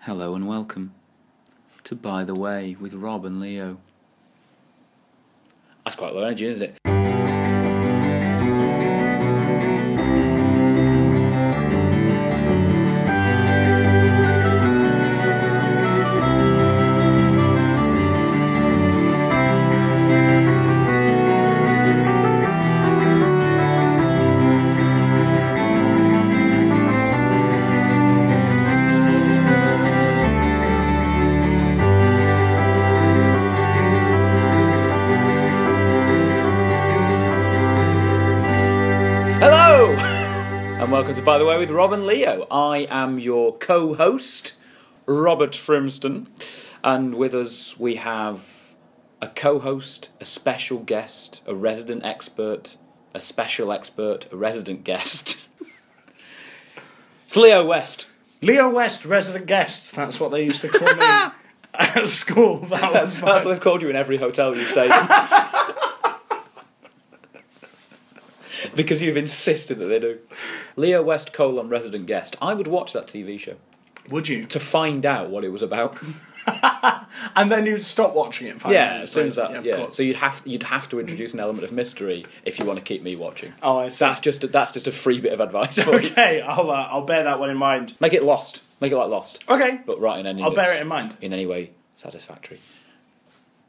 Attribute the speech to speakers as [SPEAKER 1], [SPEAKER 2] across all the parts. [SPEAKER 1] Hello and welcome to By the Way with Rob and Leo. That's quite low energy, isn't it? Hello! and welcome to By the Way with Rob and Leo. I am your co host, Robert Frimston. And with us, we have a co host, a special guest, a resident expert, a special expert, a resident guest. it's Leo West.
[SPEAKER 2] Leo West, resident guest. That's what they used to call me at school.
[SPEAKER 1] That's,
[SPEAKER 2] That was
[SPEAKER 1] that's
[SPEAKER 2] my...
[SPEAKER 1] what they've called you in every hotel you've stayed in. because you've insisted that they do. Leo West, colon, resident guest. I would watch that TV show
[SPEAKER 2] Would you?
[SPEAKER 1] to find out what it was about.
[SPEAKER 2] And then you'd stop watching it. Five
[SPEAKER 1] yeah, as
[SPEAKER 2] minutes
[SPEAKER 1] soon as
[SPEAKER 2] later.
[SPEAKER 1] that.
[SPEAKER 2] of
[SPEAKER 1] Yeah,
[SPEAKER 2] course.
[SPEAKER 1] so you'd have you'd have to introduce an element of mystery if you want to keep me watching.
[SPEAKER 2] Oh, I see.
[SPEAKER 1] That's just a, that's just a free bit of advice for you.
[SPEAKER 2] Okay, I'll uh, I'll bear that one in mind.
[SPEAKER 1] Make it lost. Make it like lost,
[SPEAKER 2] Okay,
[SPEAKER 1] but right in any.
[SPEAKER 2] I'll bear
[SPEAKER 1] that's
[SPEAKER 2] it in mind.
[SPEAKER 1] in any way satisfactory.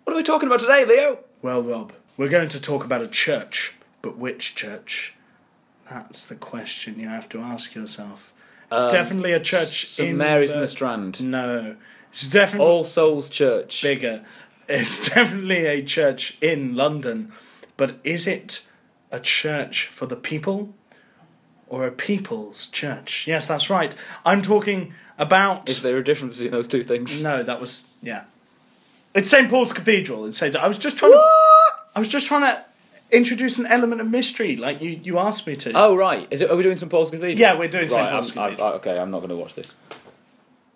[SPEAKER 1] What are we talking about today, Leo?
[SPEAKER 2] Well, Rob, we're going to talk about a church, but which church? That's the question you have to ask yourself. It's definitely a church.
[SPEAKER 1] St
[SPEAKER 2] in
[SPEAKER 1] Mary's
[SPEAKER 2] the...
[SPEAKER 1] Um, in the Strand,
[SPEAKER 2] No, it's definitely
[SPEAKER 1] All Souls Church.
[SPEAKER 2] bigger. It's definitely a church in London, but is it a church for the people or a people's church? Yes, that's right. I'm talking about.
[SPEAKER 1] Is there a difference between those two things?
[SPEAKER 2] No, that was yeah. It's St Paul's Cathedral in St. I was just trying. To, I was just trying to introduce an element of mystery, like you you asked me to.
[SPEAKER 1] Oh right, is it? Are we doing St Paul's Cathedral?
[SPEAKER 2] Yeah, we're doing
[SPEAKER 1] right,
[SPEAKER 2] St Paul's
[SPEAKER 1] I'm- I-
[SPEAKER 2] Cathedral.
[SPEAKER 1] I- okay, I'm not going to watch this.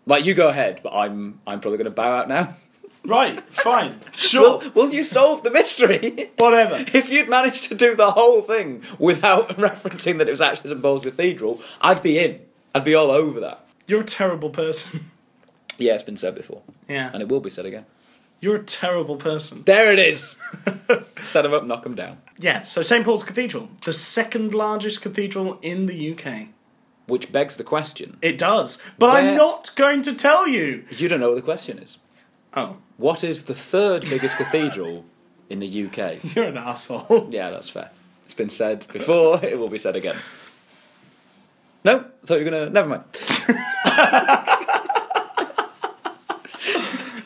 [SPEAKER 1] Like you go ahead, but I'm I'm probably going to bow out now.
[SPEAKER 2] Right, fine, sure,
[SPEAKER 1] Will, will you solve the mystery?
[SPEAKER 2] whatever.
[SPEAKER 1] if you'd managed to do the whole thing without referencing that it was actually St Paul's Cathedral, I'd be in. I'd be all over that.
[SPEAKER 2] You're a terrible person.
[SPEAKER 1] Yeah, it's been said before,
[SPEAKER 2] Yeah,
[SPEAKER 1] and it will be said again.
[SPEAKER 2] you're a terrible person.
[SPEAKER 1] There it is. Set them up, knock them down.
[SPEAKER 2] Yeah, so St Paul's Cathedral, the second largest cathedral in the UK.
[SPEAKER 1] Which begs the question.
[SPEAKER 2] It does, but
[SPEAKER 1] Where-
[SPEAKER 2] I'm not going to tell you.
[SPEAKER 1] You don't know what the question is.
[SPEAKER 2] Oh,
[SPEAKER 1] What is the third biggest cathedral in the UK?
[SPEAKER 2] you're an asshole.
[SPEAKER 1] Yeah, that's fair. It's been said before, it will be said again. No, I thought you were gonna. Never mind.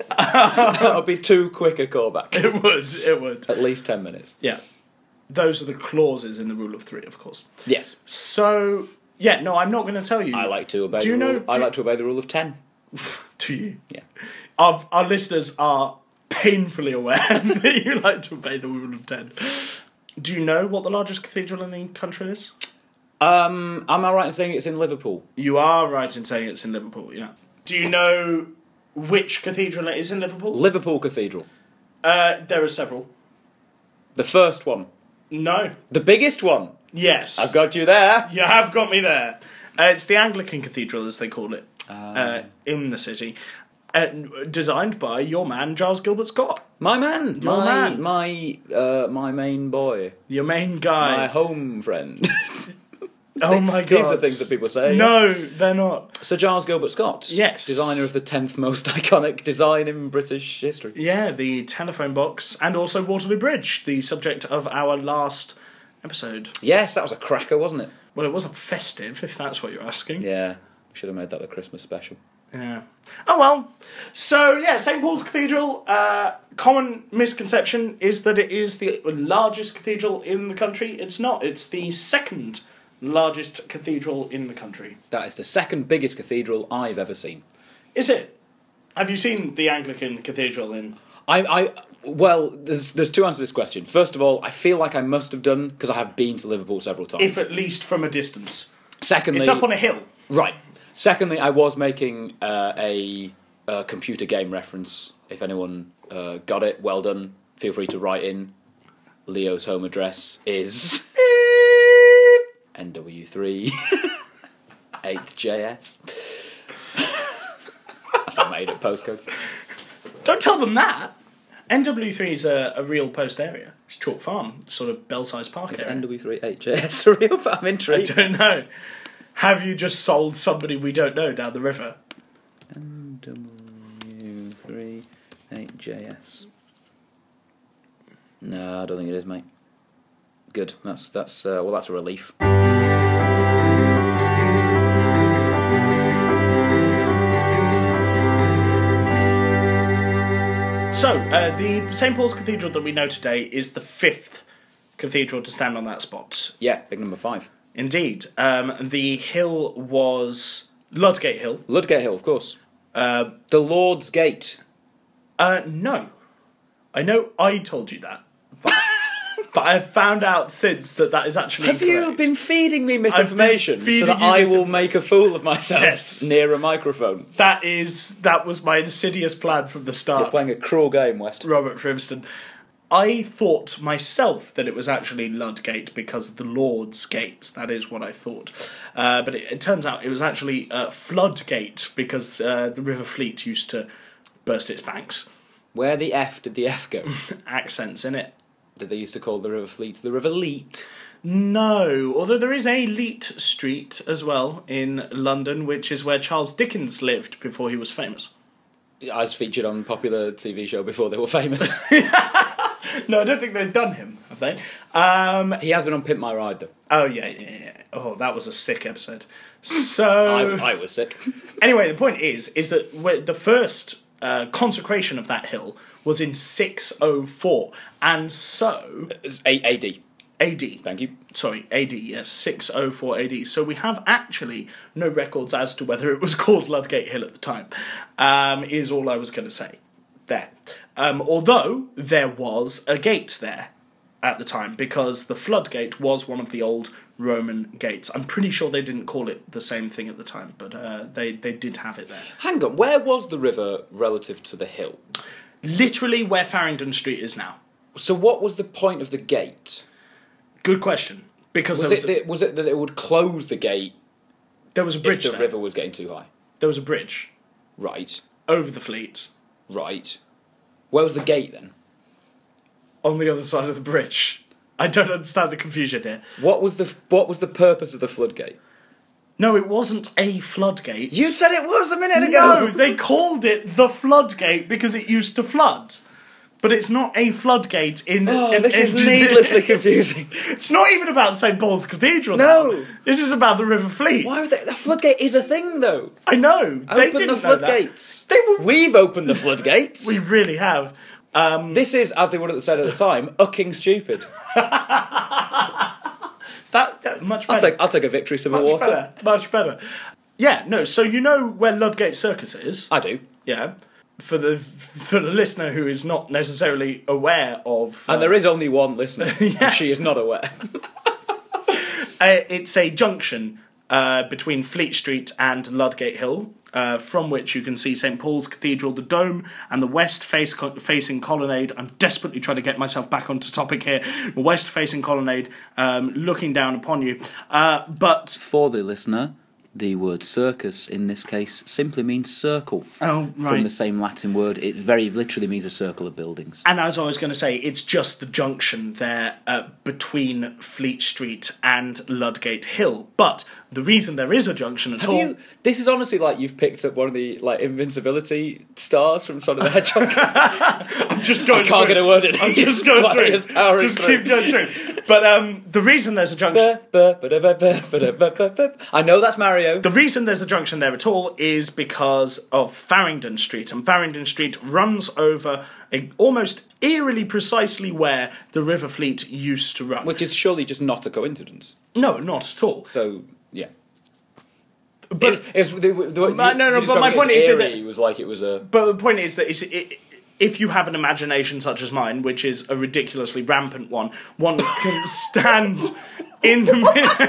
[SPEAKER 1] that would be too quick a callback.
[SPEAKER 2] It would, it would.
[SPEAKER 1] At least 10 minutes.
[SPEAKER 2] Yeah, those are the clauses in the rule of three, of course.
[SPEAKER 1] Yes.
[SPEAKER 2] So yeah, no, I'm not going to tell you.
[SPEAKER 1] I like to obey,
[SPEAKER 2] Do you
[SPEAKER 1] the,
[SPEAKER 2] know-
[SPEAKER 1] rule. I
[SPEAKER 2] do-
[SPEAKER 1] like to obey the rule of 10.
[SPEAKER 2] to you.
[SPEAKER 1] Yeah.
[SPEAKER 2] Our our listeners are painfully aware that you like to obey the rule of ten. Do you know what the largest cathedral in the country is?
[SPEAKER 1] Um, am I right in saying it's in Liverpool?
[SPEAKER 2] You are right in saying it's in Liverpool. Yeah. Do you know which cathedral it is in Liverpool?
[SPEAKER 1] Liverpool Cathedral.
[SPEAKER 2] Uh, there are several.
[SPEAKER 1] The first one.
[SPEAKER 2] No.
[SPEAKER 1] The biggest one.
[SPEAKER 2] Yes.
[SPEAKER 1] I've got you there.
[SPEAKER 2] you have got me there. Uh, it's the Anglican Cathedral, as they call it, uh,
[SPEAKER 1] Ah.
[SPEAKER 2] in the city, uh, designed by your man Giles Gilbert Scott,
[SPEAKER 1] My man.
[SPEAKER 2] Your
[SPEAKER 1] my,
[SPEAKER 2] man.
[SPEAKER 1] My, uh, my main boy.
[SPEAKER 2] your main
[SPEAKER 1] My
[SPEAKER 2] guy.
[SPEAKER 1] home friend.
[SPEAKER 2] oh my god!
[SPEAKER 1] These are things that people say,
[SPEAKER 2] No, they're not.
[SPEAKER 1] Sir Giles Gilbert Scott.
[SPEAKER 2] Yes.
[SPEAKER 1] Designer of the 10th most iconic design in British history.
[SPEAKER 2] Yeah, the telephone box and also Waterloo Bridge, the subject of our last episode.
[SPEAKER 1] Yes, that was a cracker, wasn't it?
[SPEAKER 2] Well, it wasn't festive, if that's what you're asking.
[SPEAKER 1] Yeah. Should have made that the Christmas special.
[SPEAKER 2] Yeah. Oh well. So yeah, St Paul's Cathedral. Uh, common misconception is that it is the largest cathedral in the country. It's not. It's the second largest cathedral in the country.
[SPEAKER 1] That is the second biggest cathedral I've ever seen.
[SPEAKER 2] Is it? Have you seen the Anglican Cathedral in?
[SPEAKER 1] I, I well, there's, there's two answers to this question. First of all, I feel like I must have done because I have been to Liverpool several times.
[SPEAKER 2] If at least from a distance.
[SPEAKER 1] Secondly,
[SPEAKER 2] It's up on a hill.
[SPEAKER 1] right. Secondly, I was making uh, a, uh computer game reference. If anyone uh, got it, well done. Feel free to write in. Leo's home address is NW3 8JS. That's a made up postcode.
[SPEAKER 2] Don't tell them that. NW3 is a, a real post area. It's Chalk Farm, sort of bell sized park area.
[SPEAKER 1] NW3HS. A real I'm
[SPEAKER 2] I
[SPEAKER 1] intrigued.
[SPEAKER 2] don't know. Have you just sold somebody we don't know down the river?
[SPEAKER 1] NW3HS. No, I don't think it is, mate. Good. That's that's uh, well. That's a relief.
[SPEAKER 2] So, uh, the St. Paul's Cathedral that we know today is the fifth cathedral to stand on that spot.
[SPEAKER 1] Yeah, big number five.
[SPEAKER 2] Indeed. Um, the hill was Ludgate Hill.
[SPEAKER 1] Ludgate Hill, of course. the Lord's Gate.
[SPEAKER 2] Uh, no. I know I told you that, but, but I've found out since that that is actually
[SPEAKER 1] Have you
[SPEAKER 2] incorrect.
[SPEAKER 1] been feeding me misinformation so
[SPEAKER 2] feeding
[SPEAKER 1] that
[SPEAKER 2] you
[SPEAKER 1] I
[SPEAKER 2] misin-
[SPEAKER 1] will make a fool of myself
[SPEAKER 2] Yes.
[SPEAKER 1] near a microphone?
[SPEAKER 2] That is that was my insidious plan from the
[SPEAKER 1] You're
[SPEAKER 2] start.
[SPEAKER 1] playing a cruel game, West.
[SPEAKER 2] Robert Frimston. I thought myself that it was actually Ludgate because of the Lord's Gate. That is what I thought. Uh, but it, it turns out it was actually uh, Floodgate because uh, the River Fleet used to burst its banks.
[SPEAKER 1] Where the F did the F go?
[SPEAKER 2] Accents in it.
[SPEAKER 1] did they used to call the River Fleet the River Leet?
[SPEAKER 2] No, although there is a Leet Street as well in London, which is where Charles Dickens lived before he was famous.
[SPEAKER 1] As featured on popular TV show before they were famous.
[SPEAKER 2] No, I don't think they've done him, have they? Um,
[SPEAKER 1] he has been on Pimp My Ride, though.
[SPEAKER 2] oh, yeah, yeah, yeah. Oh, that was a sick episode. So.
[SPEAKER 1] I, I was sick.
[SPEAKER 2] Anyway, the point is, is that wh- the first uh, consecration of that hill was in 604, and so
[SPEAKER 1] It's A- AD.
[SPEAKER 2] AD.
[SPEAKER 1] Thank you.
[SPEAKER 2] Sorry, AD. Yes, 604 AD. So we have actually no records as to whether it was called Ludgate Hill at the time. Um, is all I was going to say there. Um, although there was a gate there at the time because the floodgate was one of the old Roman gates. I'm pretty sure they didn't call it the same thing at the time, but uh, they they did have it there.
[SPEAKER 1] Hang on, where was the river relative to the hill?
[SPEAKER 2] literally where Farringdon Street is now?
[SPEAKER 1] So, what was the point of the gate?
[SPEAKER 2] Good question. Because
[SPEAKER 1] Was,
[SPEAKER 2] there was,
[SPEAKER 1] it,
[SPEAKER 2] a,
[SPEAKER 1] that, was it that it would close the gate
[SPEAKER 2] there was a
[SPEAKER 1] if
[SPEAKER 2] bridge
[SPEAKER 1] the
[SPEAKER 2] there.
[SPEAKER 1] river was getting too high?
[SPEAKER 2] There was a bridge
[SPEAKER 1] Right,
[SPEAKER 2] over the Fleet
[SPEAKER 1] right. Where was the gate then?
[SPEAKER 2] on the other side of the bridge. I don't understand the confusion here.
[SPEAKER 1] What was the what was the purpose of the floodgate?
[SPEAKER 2] No, it wasn't a floodgate.
[SPEAKER 1] You said it was a minute
[SPEAKER 2] no,
[SPEAKER 1] ago.
[SPEAKER 2] they called it the floodgate because it used to flood. But it's not a floodgate in.
[SPEAKER 1] Oh,
[SPEAKER 2] in-
[SPEAKER 1] this is
[SPEAKER 2] in-
[SPEAKER 1] needlessly confusing.
[SPEAKER 2] It's not even about St Paul's Cathedral.
[SPEAKER 1] No.
[SPEAKER 2] now. this is about the River Fleet.
[SPEAKER 1] Why would they, the floodgate is a thing though?
[SPEAKER 2] I know. they
[SPEAKER 1] Open
[SPEAKER 2] didn't
[SPEAKER 1] the
[SPEAKER 2] know that.
[SPEAKER 1] floodgates.
[SPEAKER 2] They were.
[SPEAKER 1] We've opened the floodgates.
[SPEAKER 2] We really have.
[SPEAKER 1] This is, as they would have said at the time, ucking stupid.
[SPEAKER 2] That, that much better.
[SPEAKER 1] I'll take, I'll take a victory civil
[SPEAKER 2] much
[SPEAKER 1] water.
[SPEAKER 2] better. Much better. Yeah, no. So you know where Ludgate Circus is?
[SPEAKER 1] I do.
[SPEAKER 2] yeah. For the for the listener who is not necessarily aware of, uh,
[SPEAKER 1] And there is only one listener, and she is not aware.
[SPEAKER 2] uh, it's a junction uh, between Fleet Street and Ludgate Hill, uh, from which you can see St Paul's Cathedral, the dome, and the west face co- facing colonnade. I'm desperately trying to get myself back onto topic here. The west facing colonnade, um, looking down upon you. Uh, but
[SPEAKER 1] For the listener, the word circus in this case simply means circle.
[SPEAKER 2] oh right,
[SPEAKER 1] same Latin word, it very literally means a circle of buildings.
[SPEAKER 2] And as I was going to say, it's just the junction there uh, between Fleet Street and Ludgate Hill. But the reason there is a junction at
[SPEAKER 1] Have
[SPEAKER 2] all.
[SPEAKER 1] you, this is honestly like you've picked up one of the like invincibility stars from Sonic the Hedgehog.
[SPEAKER 2] I'm just going.
[SPEAKER 1] Can't
[SPEAKER 2] through.
[SPEAKER 1] get a word in.
[SPEAKER 2] I'm just going through.
[SPEAKER 1] His power
[SPEAKER 2] Just
[SPEAKER 1] through.
[SPEAKER 2] keep going through. But um, the reason there's a junction.
[SPEAKER 1] Ba- ba- ba- ba- ba- ba- ba- ba- ba- I know that's Mario.
[SPEAKER 2] The reason there's a junction there at all is because of Farringdon Street, and Farringdon Street runs over a, almost eerily precisely where the River Fleet used to run.
[SPEAKER 1] Which is surely just not a coincidence.
[SPEAKER 2] no, not at all.
[SPEAKER 1] So yeah.
[SPEAKER 2] But
[SPEAKER 1] It- it's, the, the, the,
[SPEAKER 2] My- no, no,
[SPEAKER 1] you
[SPEAKER 2] but my
[SPEAKER 1] describing it
[SPEAKER 2] point
[SPEAKER 1] as
[SPEAKER 2] is that-
[SPEAKER 1] eerie was like it was a
[SPEAKER 2] But the point is that it's, it, if you have an imagination such as mine, which is a ridiculously rampant one, one can stand in the middle.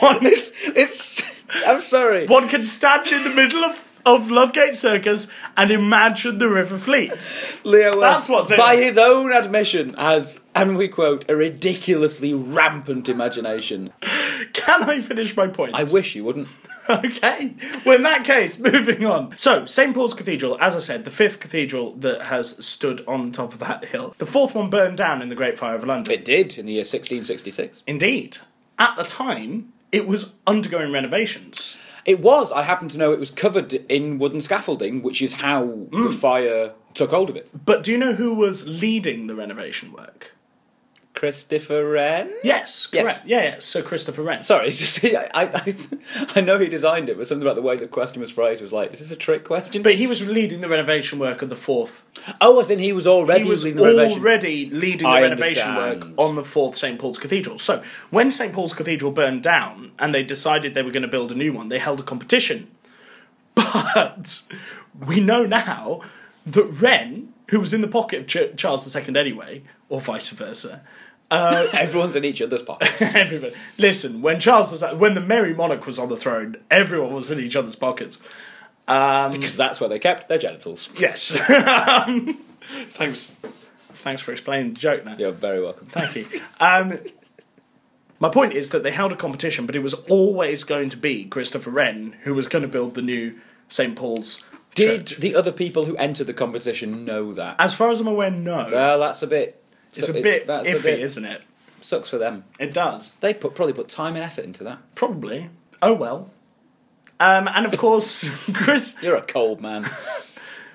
[SPEAKER 2] one,
[SPEAKER 1] It's. I'm sorry.
[SPEAKER 2] one can stand in the middle of, of Ludgate Circus and imagine the River Fleet.
[SPEAKER 1] Leo West,
[SPEAKER 2] That's what's in
[SPEAKER 1] by
[SPEAKER 2] it.
[SPEAKER 1] his own admission, has, and we quote, a ridiculously rampant imagination.
[SPEAKER 2] Can I finish my point?
[SPEAKER 1] I wish you wouldn't.
[SPEAKER 2] okay. Well, in that case, moving on. So, St. Paul's Cathedral, as I said, the fifth cathedral that has stood on top of that hill. The fourth one burned down in the Great Fire of London.
[SPEAKER 1] It did in the year 1666.
[SPEAKER 2] Indeed. At the time, it was undergoing renovations.
[SPEAKER 1] It was. I happen to know it was covered in wooden scaffolding, which is how the fire took hold of it.
[SPEAKER 2] But do you know who was leading the renovation work?
[SPEAKER 1] Christopher Wren?
[SPEAKER 2] Yes,
[SPEAKER 1] Yes.
[SPEAKER 2] correct. Yeah, yeah, Sir Christopher Wren.
[SPEAKER 1] Sorry, it's just I, I, I know he designed it, but something about the way the question was phrased was like, is this a trick question?
[SPEAKER 2] But he was leading the renovation work of the fourth.
[SPEAKER 1] oh, as in he was already
[SPEAKER 2] He was
[SPEAKER 1] leading the renovation.
[SPEAKER 2] already leading the
[SPEAKER 1] I
[SPEAKER 2] renovation
[SPEAKER 1] understand.
[SPEAKER 2] work on the fourth St. Paul's Cathedral. So, when St. Paul's Cathedral burned down and they decided they were going to build a new one, they held a competition. But we know now that Wren, who was in the pocket of Ch- Charles II anyway, or vice versa,
[SPEAKER 1] Everyone's in each other's pockets.
[SPEAKER 2] Everybody, listen. When Charles was when the Merry Monarch was on the throne, everyone was in each other's pockets.
[SPEAKER 1] because that's where they kept their genitals.
[SPEAKER 2] Yes. Um, thanks. Thanks for explaining the joke. Now,
[SPEAKER 1] You're very welcome.
[SPEAKER 2] thank you. Um, my point is that they held a competition, but it was always going to be Christopher Wren who was going to build the new St Paul's.
[SPEAKER 1] Did
[SPEAKER 2] church.
[SPEAKER 1] the other people who entered the competition know that?
[SPEAKER 2] as far as I'm aware, no.
[SPEAKER 1] well, that's a bit.
[SPEAKER 2] it's
[SPEAKER 1] su-
[SPEAKER 2] a bit
[SPEAKER 1] that's
[SPEAKER 2] iffy,
[SPEAKER 1] a bit
[SPEAKER 2] isn't it?
[SPEAKER 1] sucks for them.
[SPEAKER 2] It does.
[SPEAKER 1] They put probably put time and effort into that.
[SPEAKER 2] Probably. Oh well. Um, and of course, Chris.
[SPEAKER 1] You're a cold man.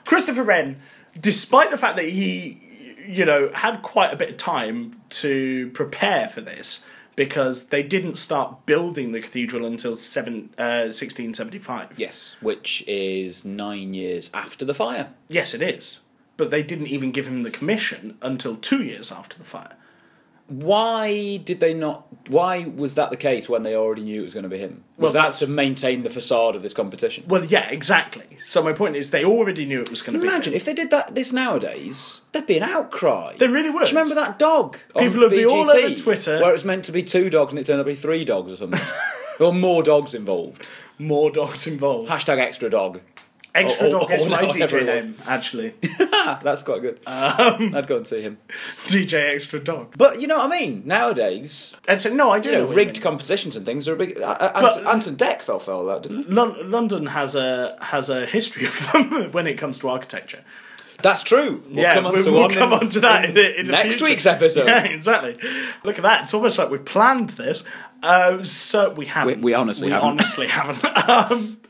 [SPEAKER 2] Christopher Wren, despite the fact that he, you know, had quite a bit of time to prepare for this, because they didn't start building the cathedral until seven, uh, 1675.
[SPEAKER 1] yes, which is nine years after the fire.
[SPEAKER 2] Yes, it is. But they didn't even give him the commission until two years after the fire.
[SPEAKER 1] Why did they not? Why was that the case when they already knew it was going to be him? Was
[SPEAKER 2] Well,
[SPEAKER 1] that to maintain the facade of this competition?
[SPEAKER 2] Well, yeah, exactly. So my point is, they already knew it was going to be.
[SPEAKER 1] Imagine if they did that this nowadays, there'd be an outcry.
[SPEAKER 2] They really would.
[SPEAKER 1] Do you remember that dog? on
[SPEAKER 2] People would be all
[SPEAKER 1] BGT,
[SPEAKER 2] over Twitter.
[SPEAKER 1] where it was meant to be two dogs and it turned out to be three dogs or something. or more dogs involved.
[SPEAKER 2] more dogs involved.
[SPEAKER 1] Hashtag extra dog.
[SPEAKER 2] Extra
[SPEAKER 1] or-
[SPEAKER 2] dog is
[SPEAKER 1] or
[SPEAKER 2] my
[SPEAKER 1] whatever
[SPEAKER 2] DJ
[SPEAKER 1] it was.
[SPEAKER 2] name, actually.
[SPEAKER 1] Ah, that's quite good. I'd go and see him.
[SPEAKER 2] DJ Extra Dog.
[SPEAKER 1] Um, But you know what I mean. Nowadays,
[SPEAKER 2] And so, no, I do
[SPEAKER 1] you know,
[SPEAKER 2] what you
[SPEAKER 1] rigged
[SPEAKER 2] mean.
[SPEAKER 1] competitions and things are a big. Uh, uh,
[SPEAKER 2] But-
[SPEAKER 1] Anton, Anton Deck fell foul of that, didn't he?
[SPEAKER 2] Lon- London has a has a history of them when it comes to architecture.
[SPEAKER 1] That's true. We'll
[SPEAKER 2] yeah,
[SPEAKER 1] come on
[SPEAKER 2] we-
[SPEAKER 1] to
[SPEAKER 2] we'll
[SPEAKER 1] one
[SPEAKER 2] come
[SPEAKER 1] in-
[SPEAKER 2] on to that in, in the
[SPEAKER 1] next
[SPEAKER 2] future.
[SPEAKER 1] week's episode.
[SPEAKER 2] Yeah, exactly. Look at that; it's almost like we planned this. Uh, so we haven't.
[SPEAKER 1] We- we honestly
[SPEAKER 2] We
[SPEAKER 1] haven't.
[SPEAKER 2] honestly haven't. Um,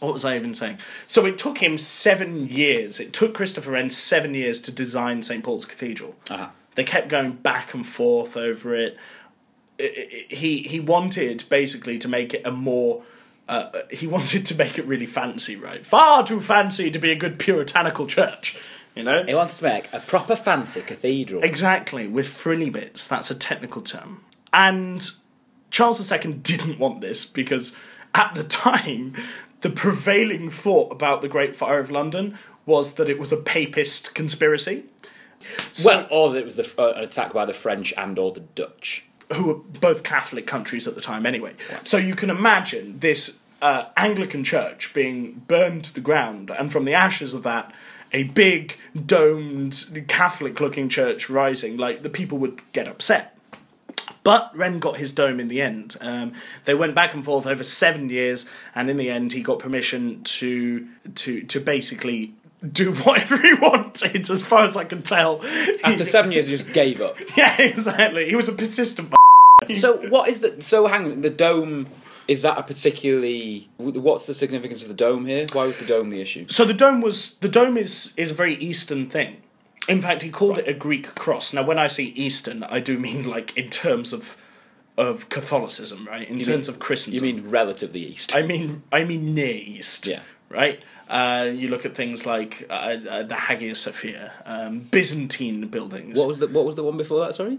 [SPEAKER 2] what was I even saying? So it took him seven years. It took Christopher Wren seven years to design St Paul's Cathedral.
[SPEAKER 1] Uh-huh.
[SPEAKER 2] They kept going back and forth over it. I- I- He he wanted basically to make it a more uh, he wanted to make it really fancy, right? Far too fancy to be a good puritanical church, you know.
[SPEAKER 1] He wants to make a proper fancy cathedral.
[SPEAKER 2] Exactly, with frilly bits. That's a technical term. And Charles II didn't want this because at the time, the prevailing thought about the Great Fire of London was that it was a papist conspiracy.
[SPEAKER 1] well, or that it was the, uh, an attack by the French and or the Dutch.
[SPEAKER 2] who were both Catholic countries at the time anyway. So you can imagine this uh, Anglican church being burned to the ground, and from the ashes of that, a big domed Catholic looking church rising. Like the people would get upset. But Wren got his dome in the end. Um, they went back and forth over seven years, and in the end, he got permission to to to basically do whatever he wanted. As far as I can tell,
[SPEAKER 1] After seven years, he just gave up.
[SPEAKER 2] yeah, exactly. He was a persistent.
[SPEAKER 1] So what is the so hang on the dome? Is that a particularly what's the significance of the dome here? Why was the dome the issue?
[SPEAKER 2] So the dome was the dome is is a very Eastern thing. In fact, he called it a Greek cross. Now, when I say Eastern, I do mean like in terms of of Catholicism, right? In terms of Christendom.
[SPEAKER 1] You mean relatively east?
[SPEAKER 2] I mean, I mean near East.
[SPEAKER 1] Yeah.
[SPEAKER 2] Right. Uh, you look at things like uh, uh, the Hagia Sophia, um, Byzantine buildings.
[SPEAKER 1] what was the what was the one before that? Sorry,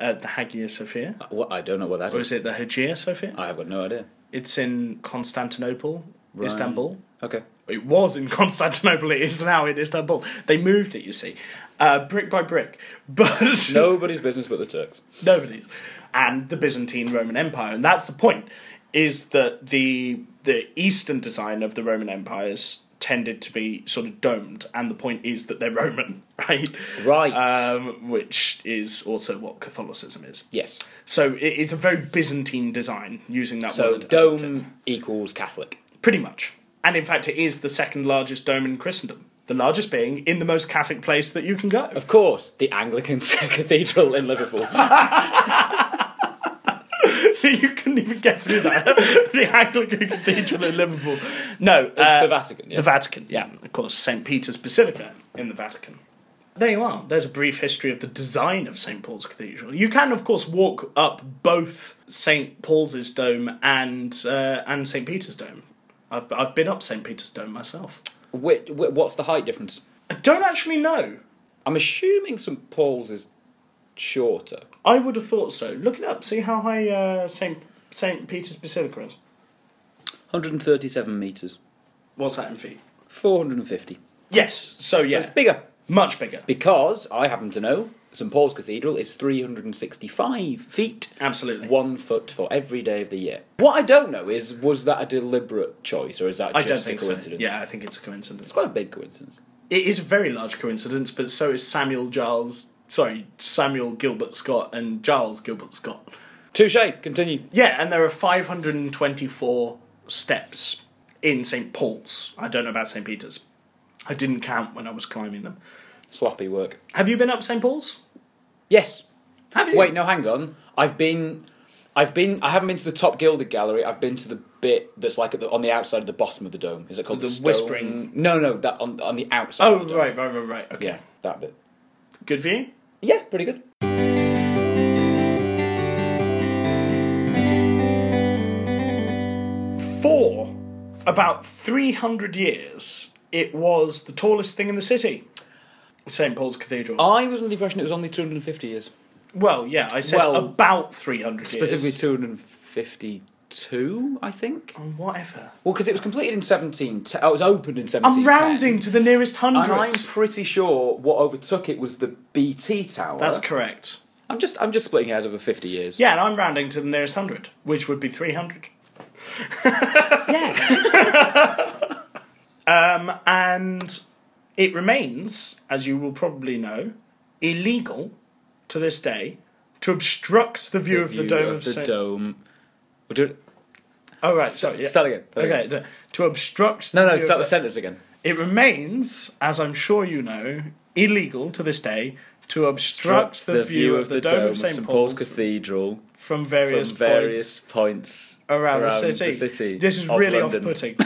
[SPEAKER 2] uh, the Hagia Sophia?
[SPEAKER 1] Uh, what I don't know what that
[SPEAKER 2] Or
[SPEAKER 1] is.
[SPEAKER 2] is it the Hagia Sophia?
[SPEAKER 1] I have got no idea.
[SPEAKER 2] It's in Constantinople, Istanbul.
[SPEAKER 1] Okay.
[SPEAKER 2] it was in Constantinople, it is now in Istanbul. They moved it, you see, uh, brick by brick. But
[SPEAKER 1] Nobody's business but the Turks.
[SPEAKER 2] nobody. And the Byzantine Roman Empire. And that's the point, is that the the eastern design of the Roman empires tended to be sort of domed, and the point is that they're Roman, right?
[SPEAKER 1] Right.
[SPEAKER 2] Um, which is also what Catholicism is.
[SPEAKER 1] yes.
[SPEAKER 2] So it, it's a very Byzantine design using that
[SPEAKER 1] So
[SPEAKER 2] word. as a term.
[SPEAKER 1] dome equals Catholic.
[SPEAKER 2] Pretty much. And in fact, it is the second largest dome in Christendom. The largest being in the most Catholic place that you can go.
[SPEAKER 1] Of course, the Anglican Cathedral in Liverpool.
[SPEAKER 2] Uh, you couldn't even get through that. the Anglican Cathedral in Liverpool. No, it's
[SPEAKER 1] the Vatican, yeah.
[SPEAKER 2] The Vatican, yeah. Of course, St. Peter's Basilica in the Vatican. There you are. There's a brief history of the design of St. Paul's Cathedral. You can, of course, walk up both St. Paul's Dome and uh, and St. Peter's Dome. I've, I've been up St. Peter's Dome myself.
[SPEAKER 1] Wh- wh- what's the height difference?
[SPEAKER 2] I don't actually know.
[SPEAKER 1] I'm assuming St Paul's is shorter.
[SPEAKER 2] I would have thought so. Look it up. See how high uh, St. St. Peter's Basilica is.
[SPEAKER 1] 137 metres.
[SPEAKER 2] What's that in feet?
[SPEAKER 1] 450.
[SPEAKER 2] Yes. So yeah,
[SPEAKER 1] It's bigger.
[SPEAKER 2] much bigger.
[SPEAKER 1] Because, I happen to know, St Paul's Cathedral is 365 feet.
[SPEAKER 2] Absolutely.
[SPEAKER 1] One foot for every day of the year. What I don't know is, was that a deliberate choice or is that
[SPEAKER 2] I
[SPEAKER 1] just
[SPEAKER 2] don't think
[SPEAKER 1] a
[SPEAKER 2] so.
[SPEAKER 1] coincidence?
[SPEAKER 2] Yeah, I think it's a coincidence.
[SPEAKER 1] Quite a big coincidence.
[SPEAKER 2] It is a very large coincidence, but so is Samuel Giles. Sorry, Samuel Gilbert Scott and Giles Gilbert Scott.
[SPEAKER 1] Touche, continue.
[SPEAKER 2] Yeah, and there are 524 steps in St. Paul's. I don't know about St. Peter's. I didn't count when I was climbing them.
[SPEAKER 1] Sloppy work.
[SPEAKER 2] Have you been up St. Paul's?
[SPEAKER 1] Yes.
[SPEAKER 2] Have you?
[SPEAKER 1] Wait, no, hang on. I've been, I've been, I haven't been to the top gilded gallery. I've been to the bit that's like at the, on the outside of the bottom of the dome. Is it called
[SPEAKER 2] The
[SPEAKER 1] stone-
[SPEAKER 2] whispering-
[SPEAKER 1] No, no, that on on the outside.
[SPEAKER 2] Oh,
[SPEAKER 1] of the dome.
[SPEAKER 2] right, right, right, right. Okay.
[SPEAKER 1] Yeah, that bit.
[SPEAKER 2] Good view?
[SPEAKER 1] Yeah, pretty good.
[SPEAKER 2] For about 300 years, it was the tallest thing in the city. St. Paul's Cathedral.
[SPEAKER 1] I was under the impression it was only 250 years,
[SPEAKER 2] Well, yeah, I said
[SPEAKER 1] Well,
[SPEAKER 2] about 300
[SPEAKER 1] specifically
[SPEAKER 2] years.
[SPEAKER 1] 252, I think.
[SPEAKER 2] Whatever.
[SPEAKER 1] Well, because it was completed in 17. Te- oh, it was opened in 17.
[SPEAKER 2] I'm rounding to the nearest
[SPEAKER 1] And I'm
[SPEAKER 2] hundred.
[SPEAKER 1] pretty sure what overtook it was the BT Tower.
[SPEAKER 2] That's correct.
[SPEAKER 1] I'm just I'm just splitting hairs over 50 years.
[SPEAKER 2] Yeah, and I'm rounding to the nearest hundred, which would be 300.
[SPEAKER 1] yeah.
[SPEAKER 2] Um, And it remains, as you will probably know, illegal to this day to obstruct the view of the
[SPEAKER 1] view
[SPEAKER 2] Dome
[SPEAKER 1] of
[SPEAKER 2] of,
[SPEAKER 1] the
[SPEAKER 2] St.
[SPEAKER 1] dome. We'll do it.
[SPEAKER 2] Oh, right, sorry. Yeah.
[SPEAKER 1] Start again. start again.
[SPEAKER 2] Okay, the- to obstruct the
[SPEAKER 1] No, no,
[SPEAKER 2] view
[SPEAKER 1] start the
[SPEAKER 2] of
[SPEAKER 1] sentence again.
[SPEAKER 2] It remains, as I'm sure you know, illegal to this day to obstruct the, view of the, Dome of St. Paul's
[SPEAKER 1] Cathedral
[SPEAKER 2] from
[SPEAKER 1] from
[SPEAKER 2] various,
[SPEAKER 1] various
[SPEAKER 2] points
[SPEAKER 1] points
[SPEAKER 2] around, the, city. This is
[SPEAKER 1] of
[SPEAKER 2] really
[SPEAKER 1] London.
[SPEAKER 2] off-putting.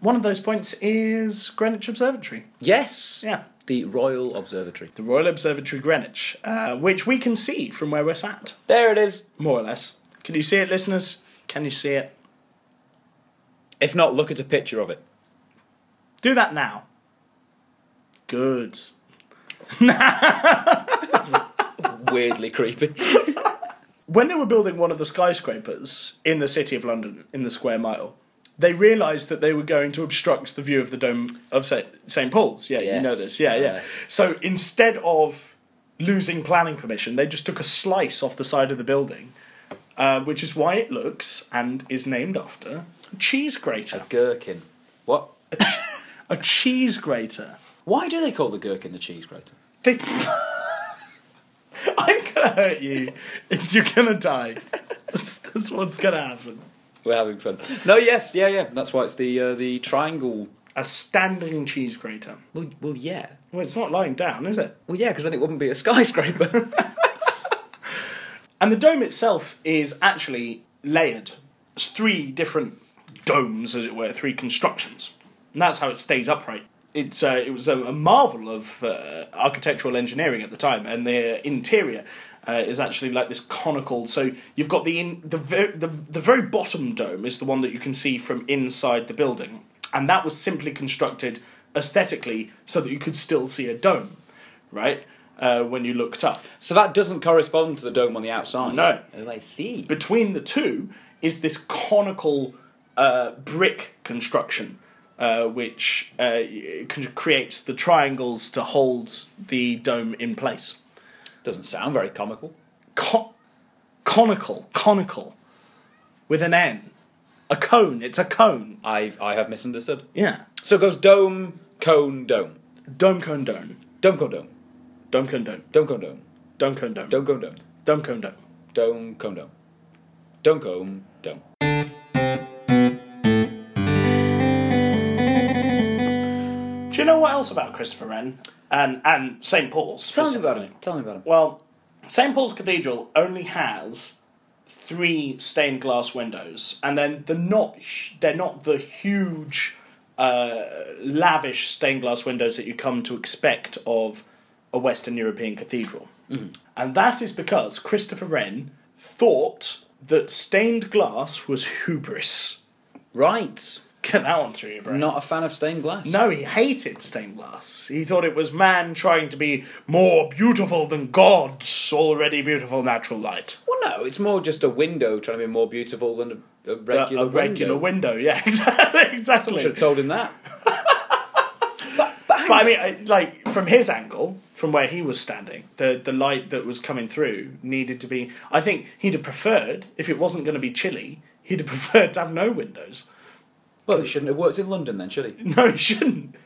[SPEAKER 2] One of those points is Greenwich Observatory.
[SPEAKER 1] Yes.
[SPEAKER 2] Yeah.
[SPEAKER 1] The Royal Observatory.
[SPEAKER 2] The Royal Observatory Greenwich, uh, which we can see from where we're sat,
[SPEAKER 1] There it is.
[SPEAKER 2] more or less. Can you see it, listeners? Can you see it?
[SPEAKER 1] If not, look at a picture of it.
[SPEAKER 2] Do that now. Good.
[SPEAKER 1] Weirdly creepy.
[SPEAKER 2] when they were building one of the skyscrapers in the city of London, in the square mile, they realised that they were going to obstruct the view of the dome of St. St. Paul's. Yeah, you know
[SPEAKER 1] Yes,
[SPEAKER 2] this. Yeah, yeah.
[SPEAKER 1] yes.
[SPEAKER 2] So instead of losing planning permission, they just took a slice off the side of the building, uh, which is why it looks and is named after a cheese grater.
[SPEAKER 1] Gherkin. What?
[SPEAKER 2] A cheese grater.
[SPEAKER 1] Why do they call the gherkin the cheese grater?
[SPEAKER 2] They. I'm gonna hurt you. It's, you're gonna die. That's, that's what's gonna happen.
[SPEAKER 1] We're having fun. No, yes, yeah, yeah. That's why it's the uh, the triangle.
[SPEAKER 2] A standing cheese grater.
[SPEAKER 1] Well, well, yeah.
[SPEAKER 2] Well, it's not lying down, is it?
[SPEAKER 1] Well, yeah, because then it wouldn't be a skyscraper.
[SPEAKER 2] And the dome itself is actually layered. It's three different domes, as it were, three constructions. And that's how it stays upright. It's, uh, it was a, a marvel of uh, architectural engineering at the time, and the interior uh, is actually like this conical. So you've got the, in, the, ver- the, the very bottom dome is the one that you can see from inside the building, and that was simply constructed aesthetically so that you could still see a dome, right? Uh, when you looked up.
[SPEAKER 1] so that doesn't correspond to the dome on the outside.
[SPEAKER 2] No.
[SPEAKER 1] Oh, I see.
[SPEAKER 2] between the two is this conical uh, brick construction, uh, which uh, y- con- creates the triangles to hold the dome in place.
[SPEAKER 1] Doesn't sound very comical.
[SPEAKER 2] Con- conical, conical, with an N, a cone. It's a cone.
[SPEAKER 1] I I have misunderstood.
[SPEAKER 2] Yeah.
[SPEAKER 1] So it goes dome, cone, dome.
[SPEAKER 2] Dome cone dome.
[SPEAKER 1] Dome, cone, dome.
[SPEAKER 2] Dome cone dome.
[SPEAKER 1] Dome, cone, dome.
[SPEAKER 2] Dome cone dome.
[SPEAKER 1] Dome, cone, dome.
[SPEAKER 2] Dome cone dome.
[SPEAKER 1] Dome, cone, dome. Dome, cone, dome.
[SPEAKER 2] Do you know what else about Christopher Wren and and St Paul's?
[SPEAKER 1] Tell me about
[SPEAKER 2] specifically?
[SPEAKER 1] him. Tell me about him.
[SPEAKER 2] Well, St Paul's Cathedral only has three stained glass windows, and then they're not hu- they're not the huge, uh, lavish stained glass windows that you come to expect of a Western European cathedral. And that is because Christopher Wren thought that stained glass was hubris.
[SPEAKER 1] Right.
[SPEAKER 2] Get that one through your brain.
[SPEAKER 1] Not a fan of stained glass.
[SPEAKER 2] No, he hated stained glass. He thought it was man trying to be more beautiful than God's already beautiful natural light.
[SPEAKER 1] Well, no, it's more just a window trying to be more beautiful than a, a
[SPEAKER 2] A-
[SPEAKER 1] regular
[SPEAKER 2] a regular
[SPEAKER 1] window.
[SPEAKER 2] window, yeah, exactly. exactly.
[SPEAKER 1] Should have told him that. but, but, hang
[SPEAKER 2] But I
[SPEAKER 1] on.
[SPEAKER 2] mean, I- like from his angle, from where he was standing, the the light that was coming through needed to be. I think he'd have preferred if it wasn't going to be chilly. He'd have preferred to have no windows.
[SPEAKER 1] well, it shouldn't have worked in London then, should he?
[SPEAKER 2] No, he shouldn't.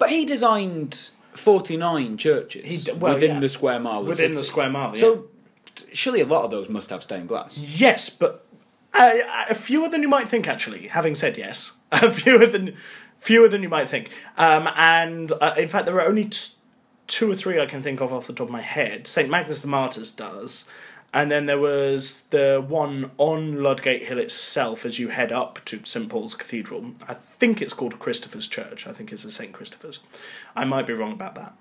[SPEAKER 1] But he designed 49 churches
[SPEAKER 2] d- well,
[SPEAKER 1] within
[SPEAKER 2] yeah.
[SPEAKER 1] the square mile. of the
[SPEAKER 2] Within the
[SPEAKER 1] city.
[SPEAKER 2] square mile, yeah.
[SPEAKER 1] So t- surely a lot of those must have stained glass.
[SPEAKER 2] Yes, but uh, uh, fewer than you might think. Actually, having said yes, Uh, fewer than fewer than you might think. Um, and uh, in fact, there are only t- two or three I can think of off the top of my head. Saint Magnus the Martyr's does, and then there was the one on Ludgate Hill itself as you head up to St Paul's Cathedral. I think it's called Christopher's Church. I think it's a Saint Christopher's. I might be wrong about that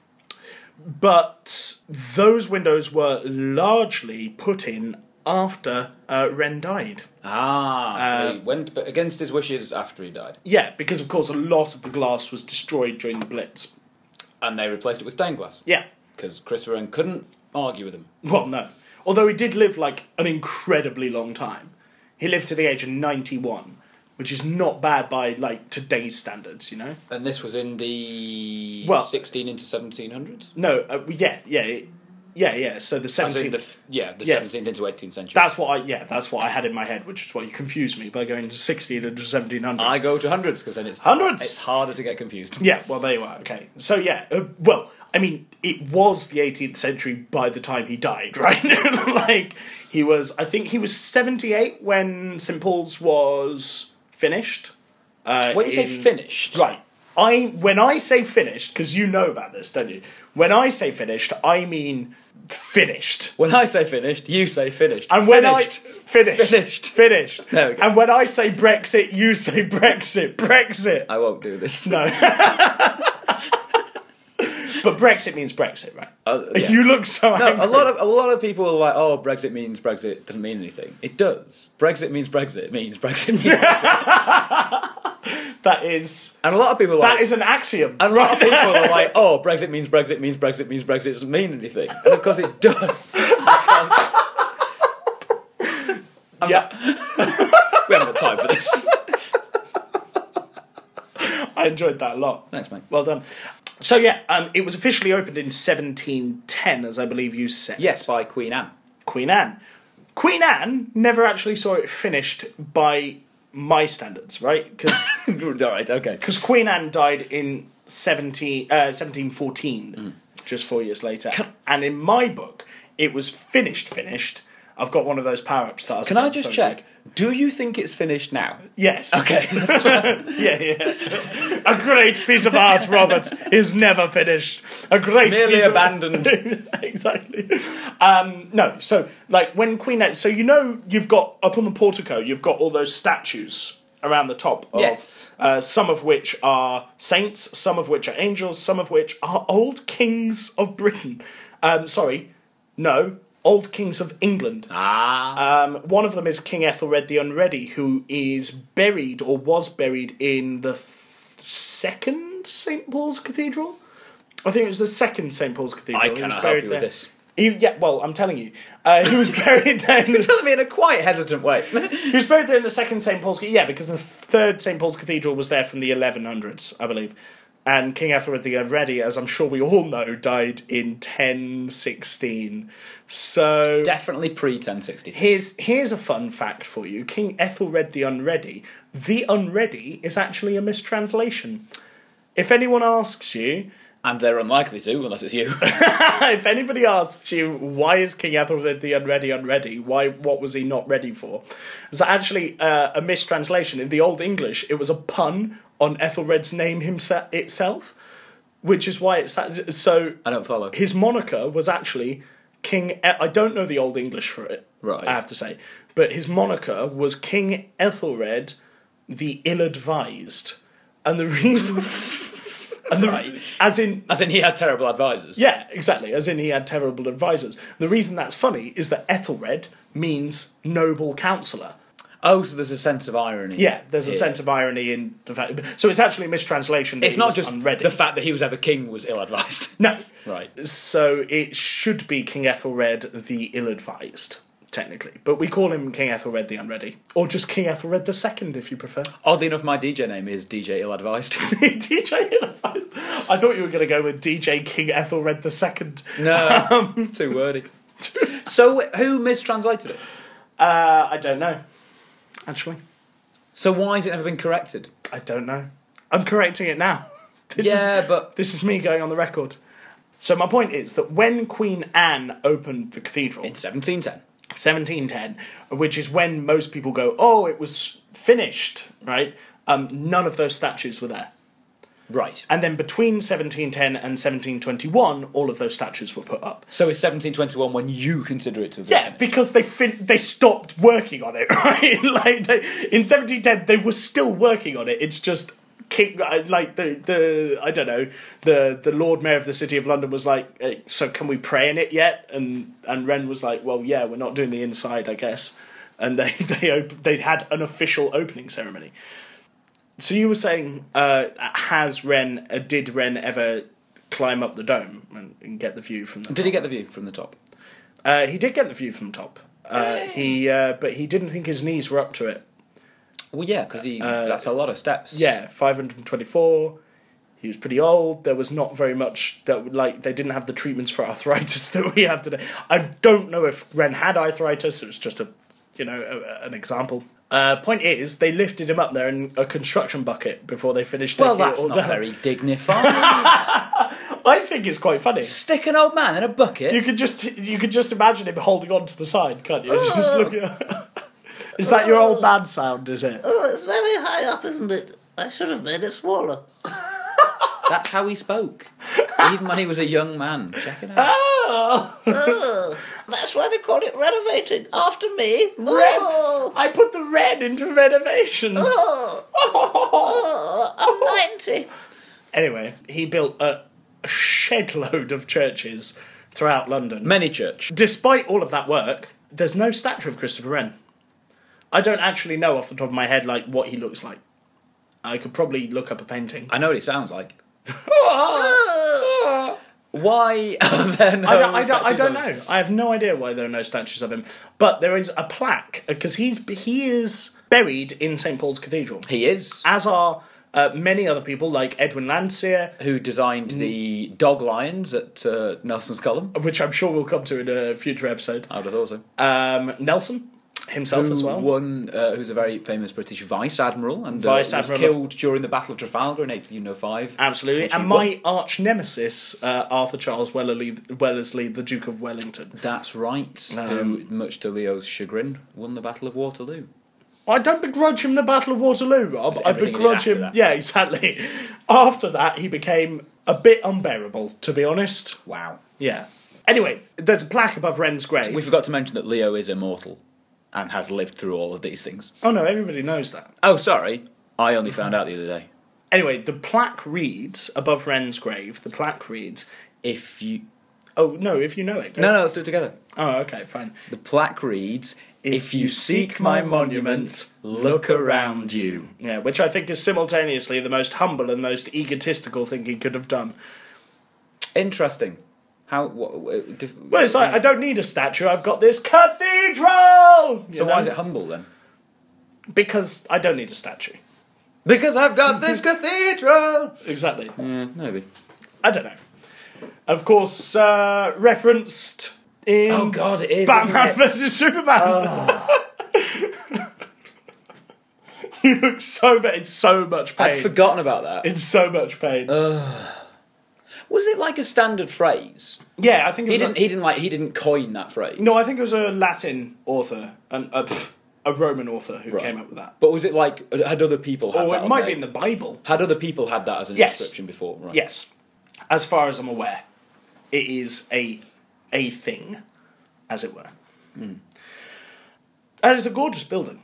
[SPEAKER 2] but those windows were largely put in after uh, Wren died.
[SPEAKER 1] Ah, so
[SPEAKER 2] Uh,
[SPEAKER 1] they went b- against his wishes after he died.
[SPEAKER 2] Yeah, because of course a lot of the glass was destroyed during the Blitz.
[SPEAKER 1] And they replaced it with stained glass.
[SPEAKER 2] Yeah,
[SPEAKER 1] Because Christopher Wren couldn't argue with him.
[SPEAKER 2] well, no. Although he did live like an incredibly long time. He lived to the age of 91, which is not bad by like today's standards, you know?
[SPEAKER 1] And this was in the
[SPEAKER 2] Well-
[SPEAKER 1] 16 into 1700s?
[SPEAKER 2] No, uh, yeah, yeah, yeah, yeah. So the 17th.
[SPEAKER 1] So in the, f- yeah, the
[SPEAKER 2] Yes.
[SPEAKER 1] 17th into 18th century.
[SPEAKER 2] that's what I, yeah, that's what I had in my head, which is why you confused me by going to 16 and 1700.
[SPEAKER 1] I go to hundreds because then it's
[SPEAKER 2] Hundreds!
[SPEAKER 1] It's harder to get confused.
[SPEAKER 2] Yeah, well, there you are. Okay. So, yeah, uh, well, I mean, it was the 18th century by the time he died, right? like, he was, I think he was 78 when St. Paul's was finished. Uh,
[SPEAKER 1] When you say
[SPEAKER 2] in-
[SPEAKER 1] finished,
[SPEAKER 2] Right. I, when I say finished, because you know about this, don't you? When I say finished, I mean finished.
[SPEAKER 1] When I say finished, you say finished.
[SPEAKER 2] And when
[SPEAKER 1] finished.
[SPEAKER 2] I finished,
[SPEAKER 1] Finished.
[SPEAKER 2] finished.
[SPEAKER 1] There we go.
[SPEAKER 2] And when I say Brexit, you say Brexit, Brexit.
[SPEAKER 1] I won't do this.
[SPEAKER 2] No. but Brexit means Brexit, right?
[SPEAKER 1] Uh, yeah.
[SPEAKER 2] You look so
[SPEAKER 1] No,
[SPEAKER 2] angry.
[SPEAKER 1] a lot of a lot of people are like, "Oh, Brexit means Brexit." It Doesn't mean anything. It does. Brexit means Brexit means Brexit means. Brexit.
[SPEAKER 2] that is
[SPEAKER 1] and a lot of people are like,
[SPEAKER 2] that is an axiom.
[SPEAKER 1] and a lot of people are like, "Oh, Brexit means Brexit means Brexit means Brexit." It doesn't mean anything. And of course, it does. Because-
[SPEAKER 2] yeah,
[SPEAKER 1] we haven't got time for this.
[SPEAKER 2] I enjoyed that a lot.
[SPEAKER 1] Thanks, mate.
[SPEAKER 2] Well done. So yeah, um, it was officially opened in 1710, as I believe you said.
[SPEAKER 1] Yes, by Queen Anne.
[SPEAKER 2] Queen Anne. Queen Anne never actually saw it finished by my standards, right? Because.
[SPEAKER 1] All right. Okay.
[SPEAKER 2] because Queen Anne died in 70, uh, 1714, just four years later. and in my book, it was finished, finished. I've got one of those power up stars.
[SPEAKER 1] Can I just check? Do you think it's finished now?
[SPEAKER 2] Yes.
[SPEAKER 1] Okay.
[SPEAKER 2] Yeah, yeah. a great piece of art, Robert, is never finished. A great
[SPEAKER 1] Merely
[SPEAKER 2] piece of-
[SPEAKER 1] abandoned.
[SPEAKER 2] exactly. Um, no, so like when Queen Anne, so you know you've got up on the portico, you've got all those statues around the top. Of,
[SPEAKER 1] Yes.
[SPEAKER 2] Uh, some of which are saints, some of which are angels, some of which are old kings of Britain. Um, sorry, no, old kings of England.
[SPEAKER 1] Ah.
[SPEAKER 2] Um, one of them is King Ethelred the Unready, who is buried or was buried in the f- second St Paul's Cathedral. I think it was the second St Paul's Cathedral.
[SPEAKER 1] I
[SPEAKER 2] He was
[SPEAKER 1] cannot help
[SPEAKER 2] buried
[SPEAKER 1] you with
[SPEAKER 2] there.
[SPEAKER 1] this.
[SPEAKER 2] He- yeah, well, I'm telling you, uh, he was buried there. In the,
[SPEAKER 1] telling me in a quite hesitant way.
[SPEAKER 2] he was buried there in the second St Paul's. Yeah, because the third St Paul's Cathedral was there from the 1100s, I believe. And King Ethelred the Unready, as I'm sure we all know, died in 1016. So
[SPEAKER 1] Definitely pre 1066.
[SPEAKER 2] Here's here's a fun fact for you. King Ethelred the Unready. The Unready is actually a mistranslation. If anyone asks you,
[SPEAKER 1] And they're unlikely to, unless it's you.
[SPEAKER 2] if anybody asks you why is King Ethelred the Unready unready, why what was he not ready for? It's actually uh, a mistranslation in the Old English. It was a pun on Ethelred's name himself itself, which is why it's so.
[SPEAKER 1] I don't follow.
[SPEAKER 2] His moniker was actually King. E- I don't know the Old English for it.
[SPEAKER 1] Right.
[SPEAKER 2] I have to say, but his moniker was King Ethelred, the ill-advised, and the reason. And the, As in,
[SPEAKER 1] As in, he has terrible advisors.
[SPEAKER 2] yeah, exactly. As in, he had terrible advisors. The reason that's funny is that Ethelred means noble counselor.
[SPEAKER 1] Oh, so there's a sense of irony.
[SPEAKER 2] Yeah, there's a
[SPEAKER 1] Yeah.
[SPEAKER 2] sense of irony in the fact. So it's actually a mistranslation. that
[SPEAKER 1] It's
[SPEAKER 2] he
[SPEAKER 1] not
[SPEAKER 2] was
[SPEAKER 1] just
[SPEAKER 2] unready.
[SPEAKER 1] the fact that he was ever king was ill advised.
[SPEAKER 2] no.
[SPEAKER 1] right.
[SPEAKER 2] So it should be King Ethelred the ill-advised, technically, but we call him King Ethelred the Unready, or just King Ethelred the Second, if you prefer.
[SPEAKER 1] Oddly enough, my DJ name is DJ Ill Advised.
[SPEAKER 2] DJ ill-advised. I thought you were going to go with DJ King Ethelred the Second.
[SPEAKER 1] no,
[SPEAKER 2] Um,
[SPEAKER 1] it's too wordy. So, who mistranslated it?
[SPEAKER 2] Uh, I don't know, actually.
[SPEAKER 1] So, why has it never been corrected?
[SPEAKER 2] I don't know. I'm correcting it now. This
[SPEAKER 1] yeah,
[SPEAKER 2] is,
[SPEAKER 1] but
[SPEAKER 2] this is me going on the record. So my point is that when Queen Anne opened the cathedral,
[SPEAKER 1] in 1710.
[SPEAKER 2] 1710, which is when most people go, "Oh, it was finished," right? Um, none of those statues were there.
[SPEAKER 1] Right.
[SPEAKER 2] And then between 1710 and 1721, all of those statues were put up.
[SPEAKER 1] So, it's 1721 when you consider it to have been
[SPEAKER 2] Yeah,
[SPEAKER 1] finished.
[SPEAKER 2] because they fin- they stopped working on it, right? like they, in 1710, they were still working on it. It's just king, I- like the the I don't know the the Lord Mayor of the City of London was like, eh, so can we pray in it yet? And and Wren was like, well, yeah, we're not doing the inside, I guess. And they they op- they had an official opening ceremony. So you were saying, uh, has Wren uh, did Wren ever climb up the dome and, and get the view from the
[SPEAKER 1] Did he get the view from the top?
[SPEAKER 2] uh, he did get the view from top. Uh, he, uh, but he didn't think his knees were up to it.
[SPEAKER 1] Well, yeah, because he that's a lot of steps.
[SPEAKER 2] Uh, Yeah, five hundred and twenty-four. He was pretty old. There was not very much that would- like they didn't have the treatments for arthritis that we have today. I don't know if Ren had arthritis. It was just a, you know, a, a- an example. Uh, point is, they lifted him up there in a construction bucket before they finished.
[SPEAKER 1] Well,
[SPEAKER 2] taking it
[SPEAKER 1] that's
[SPEAKER 2] all
[SPEAKER 1] not
[SPEAKER 2] down.
[SPEAKER 1] very dignified.
[SPEAKER 2] I think it's quite funny.
[SPEAKER 1] Stick an old man in a bucket.
[SPEAKER 2] You could just you could just imagine him holding on to the side, can't you? Just looking. is that your old man sound? Is it?
[SPEAKER 3] Oh, it's very high up, isn't it? I should have made it smaller.
[SPEAKER 1] That's how he spoke. Even when he was a young man. Check it out.
[SPEAKER 3] Oh, that's why they call it renovating. After me.
[SPEAKER 2] Red.
[SPEAKER 3] Oh,
[SPEAKER 2] I put the red into renovations.
[SPEAKER 3] oh, oh, I'm 90.
[SPEAKER 2] Anyway, he built a, a shed load of churches throughout London.
[SPEAKER 1] Many church.
[SPEAKER 2] Despite all of that work, there's no statue of Christopher Wren. I don't actually know off the top of my head like what he looks like. I could probably look up a painting. Ah.
[SPEAKER 1] I know what he sounds like.
[SPEAKER 3] Oh,
[SPEAKER 1] Why are there no
[SPEAKER 2] I don't, I, don't, I
[SPEAKER 1] statues
[SPEAKER 2] don't
[SPEAKER 1] of him?
[SPEAKER 2] know. I have no idea why there are no statues of him, but there is a plaque because he's he is buried in St Paul's Cathedral,
[SPEAKER 1] He is.
[SPEAKER 2] as are uh, many other people like Edwin Landseer,
[SPEAKER 1] Who designed
[SPEAKER 2] Mm.
[SPEAKER 1] the dog lions at uh, Nelson's Column?
[SPEAKER 2] which I'm sure we'll come to in a future episode.
[SPEAKER 1] I would have thought so.
[SPEAKER 2] Um, Nelson himself as
[SPEAKER 1] Who
[SPEAKER 2] well.
[SPEAKER 1] won, uh, who's a very famous British vice admiral and uh,
[SPEAKER 2] Vice
[SPEAKER 1] was
[SPEAKER 2] Admiral of-
[SPEAKER 1] killed during the Battle of Trafalgar in 1805.
[SPEAKER 2] Absolutely,
[SPEAKER 1] Which he
[SPEAKER 2] and
[SPEAKER 1] won.
[SPEAKER 2] my arch nemesis, uh, Arthur Charles Wellesley, Wellesley, the Duke of Wellington.
[SPEAKER 1] That's right.
[SPEAKER 2] Um,
[SPEAKER 1] who, much to Leo's chagrin, won the Battle of Waterloo.
[SPEAKER 2] I don't begrudge him the Battle of Waterloo, Rob. I
[SPEAKER 1] everything he did
[SPEAKER 2] begrudge
[SPEAKER 1] after
[SPEAKER 2] him.
[SPEAKER 1] that.
[SPEAKER 2] Yeah, exactly. After that, he became a bit unbearable, to be honest.
[SPEAKER 1] Wow.
[SPEAKER 2] Yeah. Anyway, there's a plaque above Wren's grave.
[SPEAKER 1] We forgot to mention that Leo is immortal and has lived through all of these things.
[SPEAKER 2] Oh no, everybody knows that.
[SPEAKER 1] Oh, sorry. I only found out the other day.
[SPEAKER 2] Anyway, the plaque reads above Wren's grave. The plaque reads.
[SPEAKER 1] If you.
[SPEAKER 2] Oh no, if you know it. Go.
[SPEAKER 1] No, no, let's do it together.
[SPEAKER 2] Oh, okay, fine.
[SPEAKER 1] The plaque reads If, you seek my monuments, look around you.
[SPEAKER 2] Yeah, which I think is simultaneously the most humble and most egotistical thing he could have done.
[SPEAKER 1] Interesting. How. What, what- dif-
[SPEAKER 2] Well, it's like I don't need a statue. I've got this cathedral.
[SPEAKER 1] so, why is it humble then?
[SPEAKER 2] Because I don't need a statue.
[SPEAKER 1] Because I've got this cathedral!
[SPEAKER 2] Exactly.
[SPEAKER 1] Yeah, maybe.
[SPEAKER 2] I don't know. Of course, uh, referenced in
[SPEAKER 1] Oh, God, it Oh. is. isn't
[SPEAKER 2] Batman
[SPEAKER 1] it?
[SPEAKER 2] versus Superman. you look so bad. It's so much pain.
[SPEAKER 1] I'd forgotten about that.
[SPEAKER 2] It's so much pain.
[SPEAKER 1] Uh, Was it like a standard phrase?
[SPEAKER 2] yeah, I think it
[SPEAKER 1] He
[SPEAKER 2] was
[SPEAKER 1] didn't.
[SPEAKER 2] a-
[SPEAKER 1] He didn't like. He didn't coin that phrase.
[SPEAKER 2] no, I think it was a Latin author, an, a, pff, a Roman author who came up with that.
[SPEAKER 1] But was it like had other people had
[SPEAKER 2] Or
[SPEAKER 1] that?
[SPEAKER 2] Oh, it
[SPEAKER 1] on
[SPEAKER 2] might
[SPEAKER 1] their-
[SPEAKER 2] be in the Bible.
[SPEAKER 1] Had other people had that as an
[SPEAKER 2] Yes.
[SPEAKER 1] description before? Right.
[SPEAKER 2] Yes, as far as I'm aware, it is a a thing, as it were.
[SPEAKER 1] Hmm.
[SPEAKER 2] And it's a gorgeous building,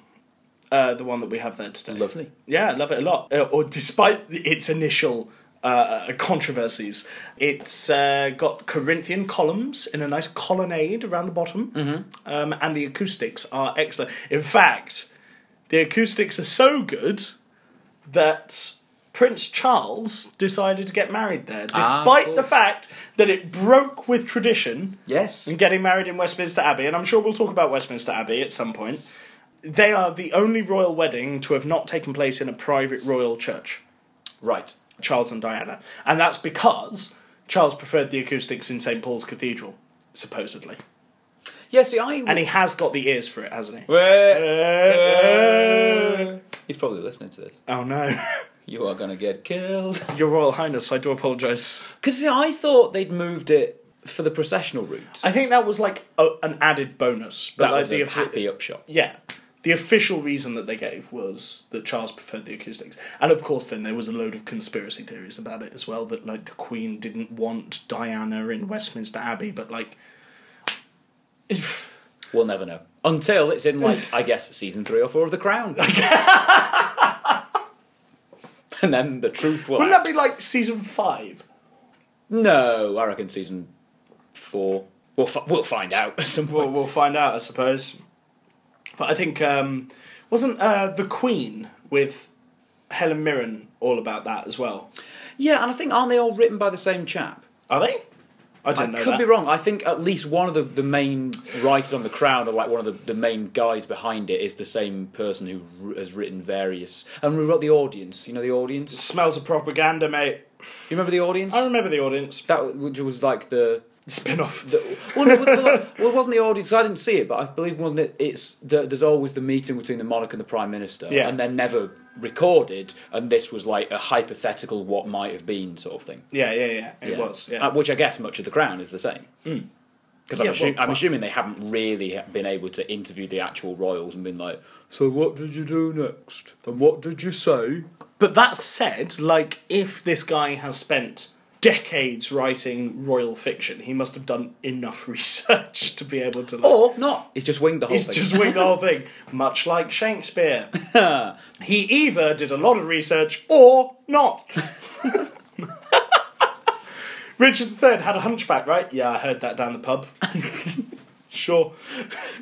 [SPEAKER 2] uh, the one that we have there today.
[SPEAKER 1] Lovely.
[SPEAKER 2] Yeah, I love it a lot. Uh, or despite its initial uh, controversies, it's uh, got Corinthian columns in a nice colonnade around the bottom,
[SPEAKER 1] Mm-hmm.
[SPEAKER 2] um, and the acoustics are excellent. In fact, the acoustics are so good that Prince Charles decided to get married there,
[SPEAKER 1] Ah, of
[SPEAKER 2] despite the
[SPEAKER 1] course.
[SPEAKER 2] fact that it broke with tradition
[SPEAKER 1] Yes.
[SPEAKER 2] and getting married in Westminster Abbey, and I'm sure we'll talk about Westminster Abbey at some point. They are the only royal wedding to have not taken place in a private royal church,
[SPEAKER 1] Right.
[SPEAKER 2] Charles and Diana. And that's because Charles preferred the acoustics in St. Paul's Cathedral, supposedly.
[SPEAKER 1] Yeah. See, I.
[SPEAKER 2] And he has got the ears for it, hasn't he? Uh,
[SPEAKER 1] He's probably listening to this.
[SPEAKER 2] Oh no.
[SPEAKER 1] You are gonna get killed.
[SPEAKER 2] Your Royal Highness, I do apologise.
[SPEAKER 1] Because I thought they'd moved it for the processional route.
[SPEAKER 2] I think that was like a, an added bonus. But
[SPEAKER 1] that
[SPEAKER 2] like
[SPEAKER 1] was
[SPEAKER 2] the
[SPEAKER 1] a
[SPEAKER 2] offi-
[SPEAKER 1] happy upshot.
[SPEAKER 2] Yeah. The official reason that they gave was that Charles preferred the acoustics. And of course, then there was a load of conspiracy theories about it as well that, like, the Queen didn't want Diana in Westminster Abbey, but, like.
[SPEAKER 1] We'll never know until it's in like I guess season three or four of The Crown. and then the truth will.
[SPEAKER 2] Wouldn't that be like season five?
[SPEAKER 1] No, I reckon season four. We'll fi- we'll find out at some
[SPEAKER 2] Well,
[SPEAKER 1] point.
[SPEAKER 2] we'll find out, I suppose. But I think. Um, wasn't uh, The Queen with Helen Mirren all about that as well?
[SPEAKER 1] Yeah, and I think aren't they all written by the same chap?
[SPEAKER 2] Are they? I
[SPEAKER 1] I
[SPEAKER 2] didn't know
[SPEAKER 1] could
[SPEAKER 2] that.
[SPEAKER 1] be wrong. I think at least one of the, the main writers on The Crown, or like one of the, the main guys behind it, is the same person who r- has written various. And we wrote The Audience. You know The Audience?
[SPEAKER 2] Smells of propaganda, mate.
[SPEAKER 1] You remember The Audience?
[SPEAKER 2] I remember the audience.
[SPEAKER 1] That which was like the.
[SPEAKER 2] Spin off.
[SPEAKER 1] the well, no, well, well, it wasn't the audience. I didn't see it, but I believe wasn't it? It's the, there's always the meeting between the monarch and the prime minister,
[SPEAKER 2] Yeah.
[SPEAKER 1] and they're never recorded. And this was like a hypothetical what might have been sort of thing.
[SPEAKER 2] Yeah, yeah, yeah. It
[SPEAKER 1] Yeah.
[SPEAKER 2] was. Yeah. Hmm.
[SPEAKER 1] Uh, which I guess much of the Crown is the same. Because I'm,
[SPEAKER 2] Yeah,
[SPEAKER 1] assu-
[SPEAKER 2] well,
[SPEAKER 1] I'm assuming they haven't really been able to interview the actual royals and been like, "So what did you do next? And what did you say?"
[SPEAKER 2] But that said, like, if this guy has spent decades writing royal fiction, he must have done enough research to be able to. Like,
[SPEAKER 1] Or not? He's just winged the whole
[SPEAKER 2] he's
[SPEAKER 1] thing.
[SPEAKER 2] just wing the whole thing, much like Shakespeare. he either did a lot of research or not. Richard III had a hunchback, right? Yeah, I heard that down the pub. sure,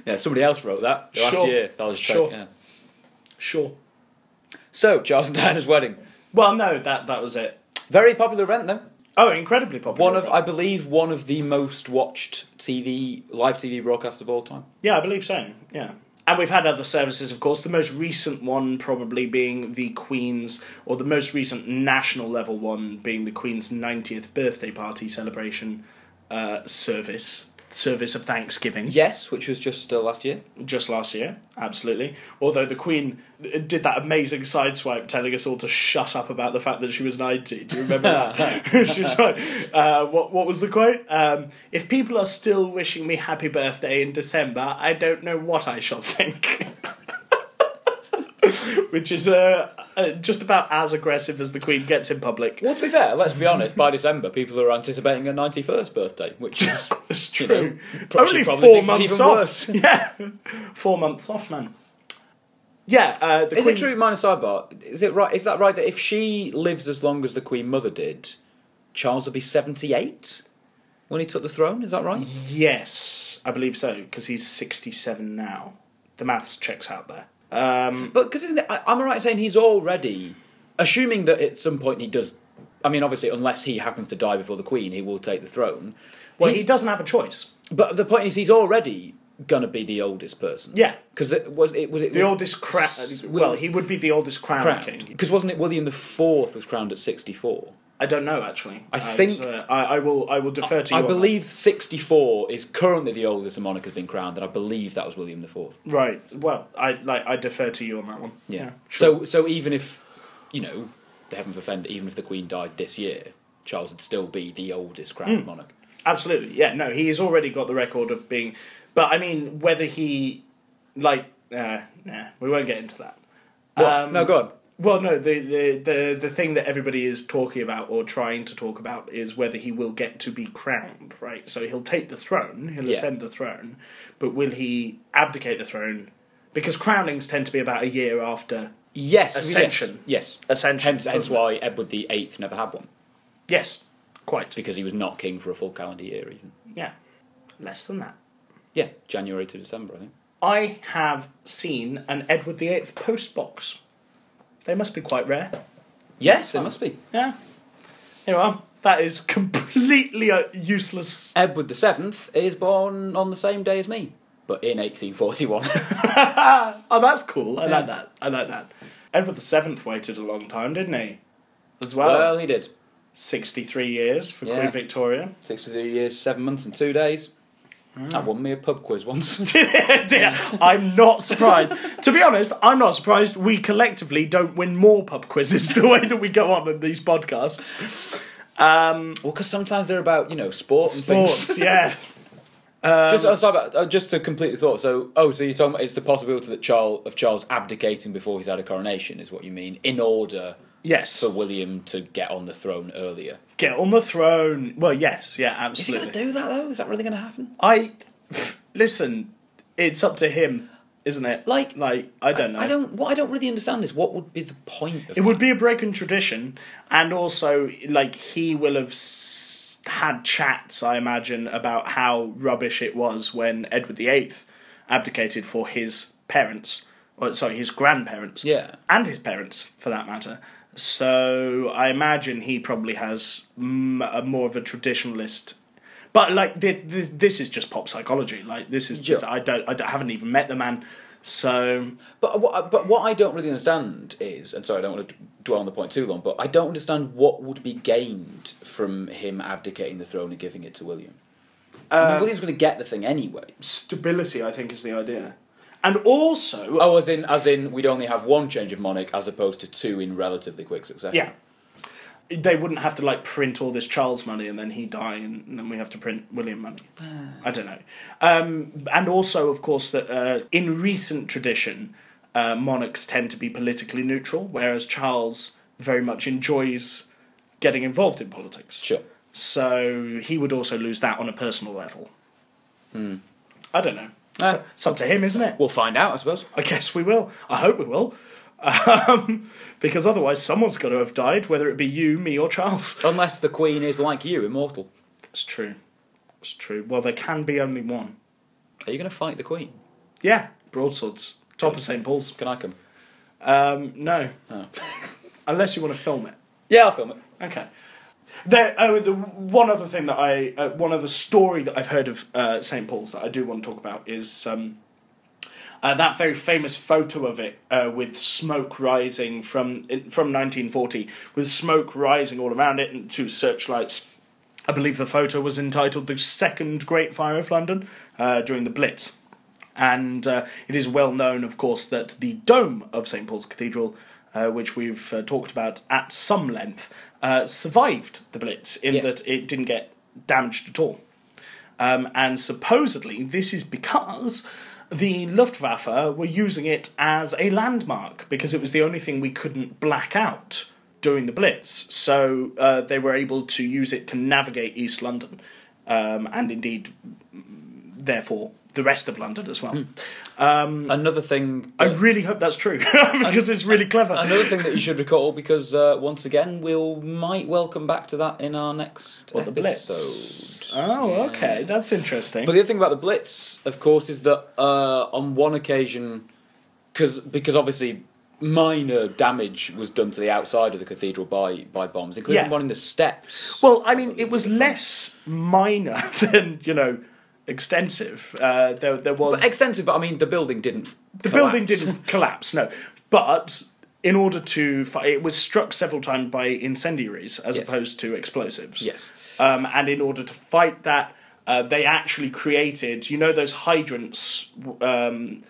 [SPEAKER 1] yeah, somebody else wrote that last
[SPEAKER 2] Sure.
[SPEAKER 1] year. That was just
[SPEAKER 2] Sure.
[SPEAKER 1] yeah.
[SPEAKER 2] sure.
[SPEAKER 1] So Charles and Diana's wedding,
[SPEAKER 2] Well, no, that that was it.
[SPEAKER 1] very popular event though.
[SPEAKER 2] Oh, incredibly popular.
[SPEAKER 1] One of, I believe, one of the most watched TV live TV broadcasts of all time.
[SPEAKER 2] Yeah, I believe so. Yeah. And we've had other services, of course, the most recent one probably being the Queen's, or the most recent national level one being the Queen's 90th birthday party celebration uh, service, service of Thanksgiving,
[SPEAKER 1] Yes, which was just uh, last year.
[SPEAKER 2] just last year, absolutely. Although the Queen uh, did that amazing sideswipe telling us all to shut up about the fact that she was 90. Do you remember that? she was like, uh, what, what was the quote? Um, if people are still wishing me happy birthday in December, I don't know what I shall think. Which is uh, uh, just about as aggressive as the Queen gets in public.
[SPEAKER 1] Well, to be fair, let's be honest. By December, people are anticipating her ninety-first birthday, which is
[SPEAKER 2] It's
[SPEAKER 1] you
[SPEAKER 2] true.
[SPEAKER 1] know, pro- she probably
[SPEAKER 2] Only four
[SPEAKER 1] thinks it's
[SPEAKER 2] months
[SPEAKER 1] even
[SPEAKER 2] off.
[SPEAKER 1] worse.
[SPEAKER 2] Yeah, four months off, man. Yeah, uh, the
[SPEAKER 1] Is
[SPEAKER 2] Queen...
[SPEAKER 1] it true? Minus sidebar. Is it right? Is that right? That if she lives as long as the Queen Mother did, Charles would be seventy-eight when he took the throne. Is that right?
[SPEAKER 2] Mm-hmm. Yes, I believe so, because he's 67 now. The maths checks out there. Um,
[SPEAKER 1] But because isn't it, I, am I right in saying he's already, assuming that at some point he does. I mean, obviously, unless he happens to die before the Queen, he will take the throne.
[SPEAKER 2] well, he, doesn't have a choice.
[SPEAKER 1] But the point is, he's already gonna be the oldest person.
[SPEAKER 2] Yeah.
[SPEAKER 1] because it was it was it
[SPEAKER 2] The oldest crown. uh,
[SPEAKER 1] S-
[SPEAKER 2] Well, he would be the oldest crown
[SPEAKER 1] crowned
[SPEAKER 2] king.
[SPEAKER 1] because wasn't it William the Fourth was crowned at sixty four?
[SPEAKER 2] I don't know actually.
[SPEAKER 1] I
[SPEAKER 2] Uh,
[SPEAKER 1] think-
[SPEAKER 2] so, uh, I, I will. I will defer to you.
[SPEAKER 1] I
[SPEAKER 2] on that.
[SPEAKER 1] believe 64 is currently the oldest the monarch has been crowned, and I believe that was William IV.
[SPEAKER 2] Right. Well, I like. I defer to you on that one.
[SPEAKER 1] Yeah.
[SPEAKER 2] sure.
[SPEAKER 1] So so even if you know, the heaven forfend, even if the Queen died this year, Charles would still be the oldest crowned
[SPEAKER 2] Hmm.
[SPEAKER 1] monarch.
[SPEAKER 2] absolutely. Yeah. No, he has already got the record of being. But I mean, whether he like. Uh, nah, we won't get into that. Um,
[SPEAKER 1] What? no, go on.
[SPEAKER 2] Well, no, the, the, the, the thing that everybody is talking about or trying to talk about is whether he will get to be crowned, right? So he'll take the throne, he'll
[SPEAKER 1] Yeah.
[SPEAKER 2] ascend the throne, but will he abdicate the throne? Because crownings tend to be about a year after.
[SPEAKER 1] Yes,
[SPEAKER 2] Ascension.
[SPEAKER 1] Yes, yes.
[SPEAKER 2] Ascension,
[SPEAKER 1] Hence, hence
[SPEAKER 2] doesn't
[SPEAKER 1] why Edward the Eighth never had one
[SPEAKER 2] Yes, quite.
[SPEAKER 1] because he was not king for a full calendar year, even.
[SPEAKER 2] Yeah, less than that.
[SPEAKER 1] Yeah, January to December, I think.
[SPEAKER 2] I have seen an Edward VIII post box. They must be quite rare.
[SPEAKER 1] Yes, it must be.
[SPEAKER 2] Yeah. Here we are. That is completely uh, useless
[SPEAKER 1] Edward the Seventh is born on the same day as me, but in 1841.
[SPEAKER 2] Oh, that's cool. I like that. I like that. Edward the Seventh waited a long time, didn't he? As well,
[SPEAKER 1] well, he did.
[SPEAKER 2] sixty-three years for
[SPEAKER 1] Yeah.
[SPEAKER 2] Queen Victoria.
[SPEAKER 1] 63 years, 7 months, and 2 days. That Mm. won me a pub quiz once.
[SPEAKER 2] Dear, I'm not surprised. to be honest, I'm not surprised. We collectively don't win more pub quizzes the way that we go on in these podcasts.
[SPEAKER 1] well, because sometimes they're about, you know, sport and things.
[SPEAKER 2] Sports, yeah.
[SPEAKER 1] just, uh, sorry, but, uh, just to complete the thought, so oh, so you're talking about it's the possibility that Charles of Charles abdicating before he's had a coronation is what you mean, in order
[SPEAKER 2] Yes.
[SPEAKER 1] for William to get on the throne earlier.
[SPEAKER 2] Get on the throne. Well, yes, yeah,
[SPEAKER 1] Is he going to
[SPEAKER 2] absolutely.
[SPEAKER 1] do that though? Is that really going to happen?
[SPEAKER 2] I listen. It's up to him, isn't it?
[SPEAKER 1] Like-
[SPEAKER 2] like I don't know.
[SPEAKER 1] I don't. What I don't really understand is what would be the point of
[SPEAKER 2] It would be a break in tradition, and also like he will have s- had chats, I imagine, about how rubbish it was when Edward VIII abdicated for his parents, or sorry, his grandparents,
[SPEAKER 1] Yeah.
[SPEAKER 2] and his parents for that matter. So I imagine he probably has m- a more of a traditionalist. But like thi- thi- this is just pop psychology. Like this is just
[SPEAKER 1] Yeah.
[SPEAKER 2] I don't I don't- haven't even met the man, so
[SPEAKER 1] But what, but what I don't really understand is, and sorry, I don't want to dwell on the point too long, but I don't understand what would be gained from him abdicating the throne and giving it to William. I
[SPEAKER 2] Uh,
[SPEAKER 1] mean, William's going to get the thing anyway.
[SPEAKER 2] stability. I think is the idea, and also
[SPEAKER 1] Oh, as in, as in, we'd only have one change of monarch as opposed to two in relatively quick succession.
[SPEAKER 2] Yeah. They wouldn't have to like print all this Charles money and then he die and, and then we have to print William money. I don't know. Um, and also, of course, that uh, in recent tradition, uh, monarchs tend to be politically neutral, whereas Charles very much enjoys getting involved in politics.
[SPEAKER 1] sure.
[SPEAKER 2] So he would also lose that on a personal level. I don't know.
[SPEAKER 1] Ah.
[SPEAKER 2] It's- it's up to him, isn't it?
[SPEAKER 1] We'll find out, I suppose.
[SPEAKER 2] I guess we will. I hope we will. Um, because otherwise, someone's got to have died, whether it be you, me, or Charles.
[SPEAKER 1] Unless the Queen is like you, immortal.
[SPEAKER 2] It's true. It's true. Well, there can be only one.
[SPEAKER 1] Are you going to fight the Queen?
[SPEAKER 2] Yeah, broadswords. Top of St. Paul's.
[SPEAKER 1] Can I come?
[SPEAKER 2] Um, no. Unless you want to film it.
[SPEAKER 1] Yeah, I'll film it.
[SPEAKER 2] Okay. There, oh, the one other thing that I, uh, one other story that I've heard of uh, St. Paul's that I do want to talk about is um, uh, that very famous photo of it uh, with smoke rising from from 1940, with smoke rising all around it and two searchlights. I believe the photo was entitled "The Second Great Fire of London" uh, during the Blitz, and uh, it is well known, of course, that the dome of St Paul's Cathedral, uh, which we've uh, talked about at some length, uh, survived the Blitz in
[SPEAKER 1] Yes.
[SPEAKER 2] that it didn't get damaged at all. Um, and supposedly, this is because the Luftwaffe were using it as a landmark because it was the only thing we couldn't black out during the Blitz. So uh, they were able to use it to navigate East London um, and indeed, therefore, the rest of London as well.
[SPEAKER 1] Another thing.
[SPEAKER 2] I
[SPEAKER 1] that-
[SPEAKER 2] really hope that's true because it's really clever.
[SPEAKER 1] Another thing that you should recall, because uh, once again, we'll might well come back to that in our next
[SPEAKER 2] What, the
[SPEAKER 1] episode.
[SPEAKER 2] Blitz? Oh, okay, that's interesting.
[SPEAKER 1] But the other thing about the Blitz, of course, is that uh, on one occasion, cause, because obviously minor damage was done to the outside of the cathedral by, by bombs, including
[SPEAKER 2] Yeah.
[SPEAKER 1] one in the steps.
[SPEAKER 2] Well, I mean, it was less minor than you know extensive. Uh, there, there was
[SPEAKER 1] Extensive, but I mean, the building didn't.
[SPEAKER 2] the building didn't collapse, no, but in order to fight, it was struck several times by incendiaries as opposed to explosives.
[SPEAKER 1] Yes.
[SPEAKER 2] Um, and in order to fight that, uh, they actually created, you know, those hydrants. Um,